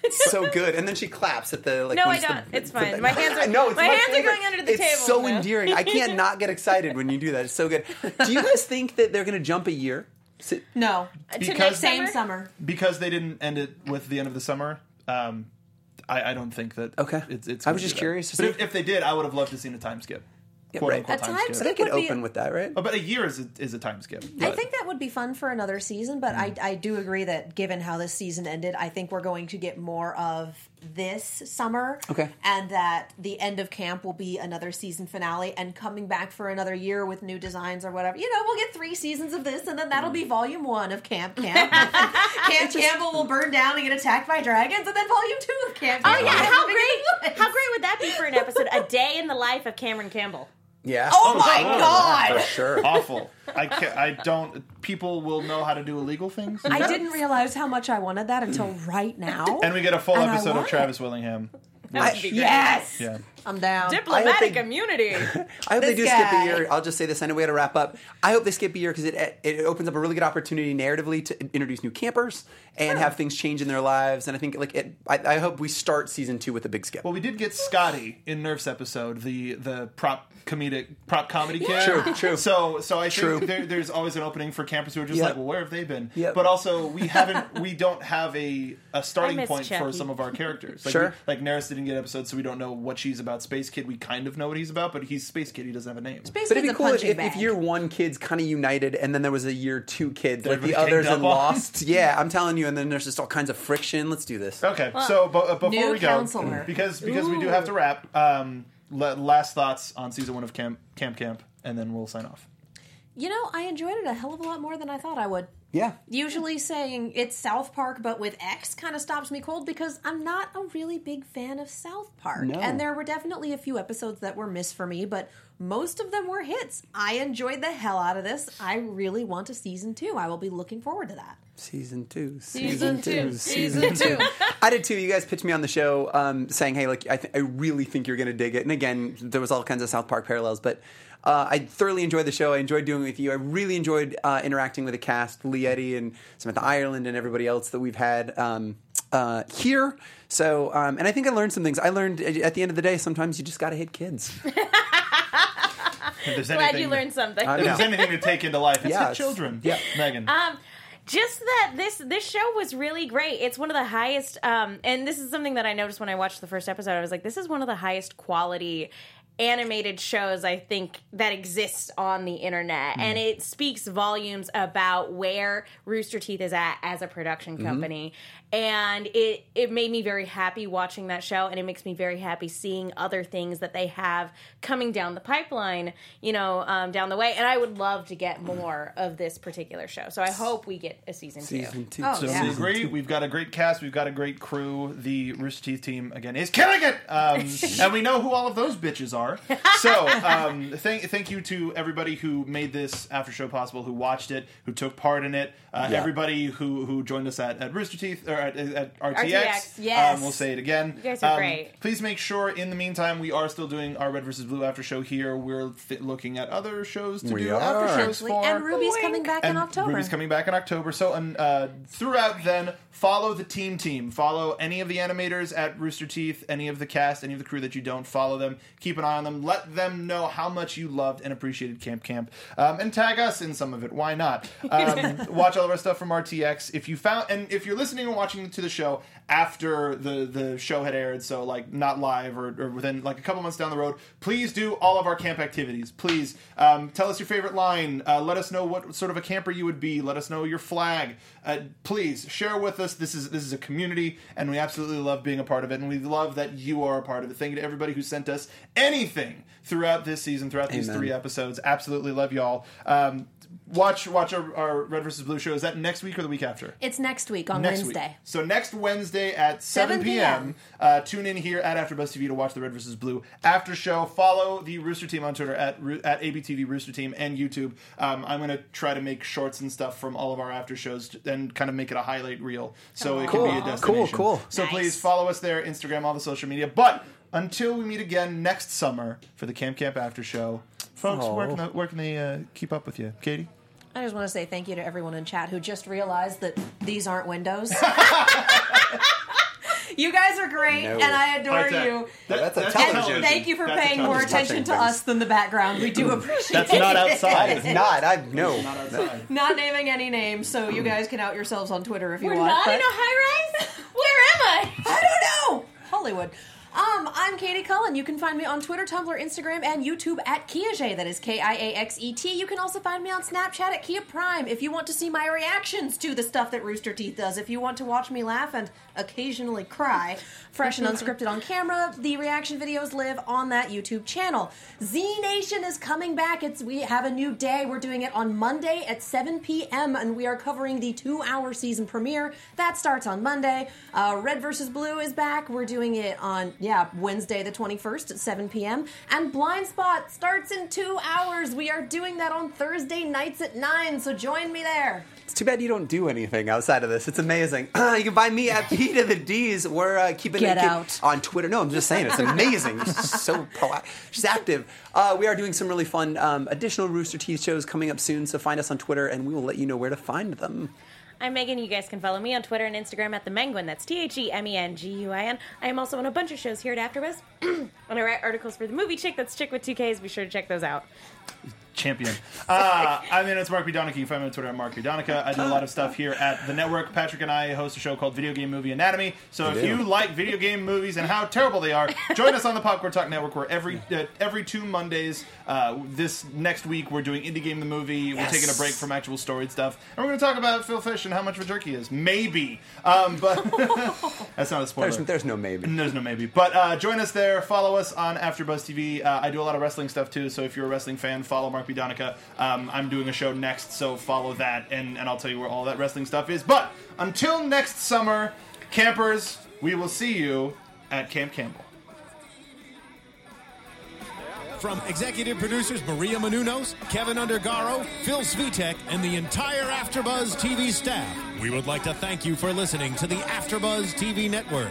S5: go. so good, and then she claps at the like.
S4: No,
S5: when
S4: I
S5: it's the-
S4: don't. It's fine. My hands are-
S5: no, it's
S4: my hands are
S5: favorite.
S4: going under the
S5: it's
S4: table
S5: so
S4: now.
S5: endearing. I can't not get excited when you do that. It's so good. Do you guys think that they're going to jump a year? Si-
S6: No.
S4: To
S3: Because-
S4: next
S6: Same
S4: summer.
S6: summer.
S3: because they didn't end it with the end of the summer. Um, I, I don't think that.
S5: Okay.
S3: it's. it's
S5: I was
S3: gonna
S5: just
S3: do that.
S5: curious to
S3: But
S5: see-
S3: if, if they did, I would have loved to seen a time skip. Quote
S5: right.
S3: unquote
S6: A
S3: time,
S6: time
S3: skip.
S5: So they could
S6: would be-
S5: open with that, right?
S3: Oh, But a year is a, is a time skip.
S6: I think that would be fun for another season, but I, I do agree that given how this season ended, I think we're going to get more of this summer.
S5: Okay.
S6: And that the end of camp will be another season finale and coming back for another year with new designs or whatever. You know, we'll get three seasons of this and then that'll be volume one of Camp Camp. camp Campbell will burn down and get attacked by dragons and then volume two of Camp
S4: Oh
S6: Camp
S4: yeah,
S6: and
S4: how
S6: living in the
S4: great!
S6: woods.
S4: How great would that be for an episode? A day in the life of Cameron Campbell.
S5: Yeah.
S6: Oh my God!
S5: For sure.
S3: Awful. I can't, I don't. People will know how to do illegal things.
S6: I didn't realize how much I wanted that until right now.
S3: And we get a full
S6: And I
S3: episode
S6: want
S3: of Travis Willingham.
S4: That would be great.
S6: yes,
S3: Yeah.
S6: I'm down.
S5: I
S4: Diplomatic
S5: think-
S4: immunity.
S5: I hope they
S6: This
S5: do skip
S6: guy.
S5: a year. I'll just say this anyway to wrap up. I hope they skip a year because it it opens up a really good opportunity narratively to introduce new campers and have things change in their lives. And I think like it, I, I hope we start season two with a big skip.
S3: Well, we did get Scotty in Nerf's episode, the the prop comedic prop comedy kid.
S5: True, true.
S3: So so I
S5: True.
S3: think there, there's always an opening for campers who are just
S5: Yeah.
S3: like, well, where have they been?
S5: Yeah.
S3: But also we haven't we don't have a, a starting
S4: I miss
S3: point for
S4: Chucky.
S3: some of our characters. Like,
S5: Sure.
S3: we- like Nerys didn't get episodes, so we don't know what she's about. Space Kid, we kind of know what he's about, but he's Space Kid. He doesn't have a name.
S5: But it'd
S6: Basically,
S5: be
S6: it's a
S5: cool if,
S6: punching
S5: if, if
S6: bag.
S5: year one kids kind of united, and then there was a year two kid, like the
S3: everybody
S5: others
S3: ganged
S5: and
S3: up on.
S5: lost. Yeah, I'm telling you. And then there's just all kinds of friction. Let's do this.
S3: Okay, so but, uh, before
S6: new
S3: we go,
S6: counselor.
S3: because because we do have to wrap. Um, la- last thoughts on season one of Camp Camp Camp, and then we'll sign off.
S6: you know, I enjoyed it a hell of a lot more than I thought I would.
S5: Yeah.
S6: Usually saying it's South Park but with X kind of stops me cold because I'm not a really big fan of South Park.
S5: No.
S6: And there were definitely a few episodes that were missed for me, but most of them were hits. I enjoyed the hell out of this. I really want a season two. I will be looking forward to that.
S5: Season two.
S4: Season two,
S5: Season two. I did too. You guys pitched me on the show um, saying, hey, look, I, th- I really think you're going to dig it. And again, there was all kinds of South Park parallels, but uh, I thoroughly enjoyed the show. I enjoyed doing it with you. I really enjoyed uh, interacting with the cast, Lee Eddy and Samantha Ireland and everybody else that we've had um, uh, here. So, um, and I think I learned some things. I learned uh, at the end of the day, sometimes you just got to hit kids.
S3: If there's
S4: Glad
S3: anything,
S4: you learned something. Um,
S5: I
S3: If
S5: know.
S3: there's anything to take into life, it's
S5: Yeah,
S3: the
S5: it's-
S3: children.
S5: yeah.
S3: Megan.
S4: just that this this show was really great. It's one of the highest, um, and this is something that I noticed when I watched the first episode. I was like, this is one of the highest quality animated shows I think that exists on the
S5: Hmm.
S4: internet, and it speaks volumes about where Rooster Teeth is at as a production company. And it it made me very happy watching that show, and it makes me very happy seeing other things that they have coming down the pipeline, you know, um, down the way. And I would love to get more of this particular show. So I hope we get a season,
S5: Season two.
S4: two.
S6: Oh,
S3: so
S6: yeah.
S3: we agree. We've got a great cast. We've got a great crew. The Rooster Teeth team again is killing it, um, and we know who all of those bitches are. So um, thank thank you to everybody who made this after show possible, who watched it, who took part in it, uh,
S5: Yeah.
S3: everybody who who joined us at, at Rooster Teeth or at, at RTX.
S4: RTX,
S6: yes.
S3: um, we'll say it again. You
S4: guys are great.
S3: Please make sure. In the meantime, we are still doing our Red versus Blue after show here. We're th- looking at other shows to
S5: We
S3: do
S5: are.
S3: after shows
S6: Actually,
S3: for.
S6: and Ruby's coming back in October.
S3: Ruby's coming back in October. So um, uh, throughout then, follow the team team. Follow any of the animators at Rooster Teeth, any of the cast, any of the crew that you don't follow them. Keep an eye on them. Let them know how much you loved and appreciated Camp Camp, um, and tag us in some of it. Why not? Um, watch all of our stuff from RTX. If you found and if you're listening and watching to the show after the the show had aired, so like not live or, or within like a couple months down the road, please do all of our camp activities. Please um, tell us your favorite line. Uh, let us know what sort of a camper you would be. Let us know your flag. Uh, please share with us. This is this is a community, and we absolutely love being a part of it. And we love that you are a part of it. Thank you to everybody who sent us anything throughout this season, throughout these
S5: Amen.
S3: three episodes. Absolutely love y'all. Um, watch watch our, our Red versus Blue show. Is that next week or the week after?
S6: It's next week on
S3: next
S6: Wednesday.
S3: Week. So next Wednesday at 7,
S6: 7
S3: p.m.
S6: p.m.
S3: Uh, tune in here at AfterBuzz TV to watch the Red vs. Blue after show. Follow the Rooster Team on Twitter at Roo- at ABTV Rooster Team and YouTube. Um, I'm going to try to make shorts and stuff from all of our after shows t- and kind of make it a highlight reel so it
S5: Cool.
S3: can be a
S5: Cool,
S3: destination.
S5: cool.
S3: So please follow us there, Instagram, all the social media. But until we meet again next summer for the Camp Camp After Show, folks, where can, the, where can they uh, keep up with you, Katie?
S6: I just want to say thank you to everyone in chat who just realized that these aren't windows. you guys are great,
S5: No.
S6: and I adore
S3: High tech.
S6: you.
S3: That-
S5: That's a
S6: And
S5: television.
S6: thank you for
S3: That's a
S6: paying more
S3: television.
S6: attention to
S5: Touching things.
S6: us than the background. We do appreciate
S3: That's not
S6: it.
S3: outside.
S5: That is not. I no.
S3: Not outside.
S6: Not naming any names, so you guys can out yourselves on Twitter if you
S4: We're
S6: want.
S4: not
S6: but-
S4: in a high rise? Where am I?
S6: I don't know. Hollywood. Um, I'm Katie Cullen. You can find me on Twitter, Tumblr, Instagram, and YouTube at Kiaxet. That is K-I-A-X-E-T. E You can also find me on Snapchat at Kia Prime if you want to see my reactions to the stuff that Rooster Teeth does. If you want to watch me laugh and occasionally cry, fresh and unscripted on camera, the reaction videos live on that YouTube channel. Z Nation is coming back. It's we have a new day. We're doing it on Monday at 7 p.m. and we are covering the two-hour season premiere. That starts on Monday. Uh, Red versus Blue is back. We're doing it on yeah Wednesday. Wednesday, the 21st at 7 p.m. And Blind Spot starts in two hours. We are doing that on Thursday nights at 9, so join me there.
S5: It's too bad you don't do anything outside of this. It's amazing. you can find me at P to the D's. We're uh, keeping
S6: Get
S5: it keep-
S6: out.
S5: on Twitter. No, I'm just saying it's amazing. You're so pro. She's active. Uh, we are doing some really fun um, additional Rooster Teeth shows coming up soon. So find us on Twitter, and we will let you know where to find them.
S4: I'm Megan. You guys can follow me on Twitter and Instagram at the Menguin. That's T H E M E N G U I N. I am also on a bunch of shows here at AfterBuzz, and I write articles for the movie Chick. That's Chick with two Ks. Be sure to check those out.
S3: champion. Uh, I mean, it's Mark B. Donica. You can find me on Twitter at Mark B. Donica. I do a lot of stuff here at the network. Patrick and I host a show called Video Game Movie Anatomy. So
S5: We
S3: if
S5: do.
S3: you like video game movies and how terrible they are, join us on the Popcorn Talk Network, where every uh, every two Mondays uh, this next week we're doing Indie Game the Movie.
S5: Yes.
S3: We're taking a break from actual storied stuff, and we're going to talk about Phil Fish and how much of a jerk he is. Maybe, um, but that's not a spoiler.
S5: There's, there's no maybe.
S3: And There's no maybe, but uh, join us there. Follow us on AfterBuzz TV. Uh, I do a lot of wrestling stuff too, so if you're a wrestling fan, follow Mark B. Donica. Um, I'm doing a show next, so follow that, and, and I'll tell you where all that wrestling stuff is. But until next summer, campers, we will see you at Camp Campbell.
S2: From executive producers Maria Manunos, Kevin Undergaro, Phil Svitek, and the entire AfterBuzz TV staff, we would like to thank you for listening to the AfterBuzz TV Network.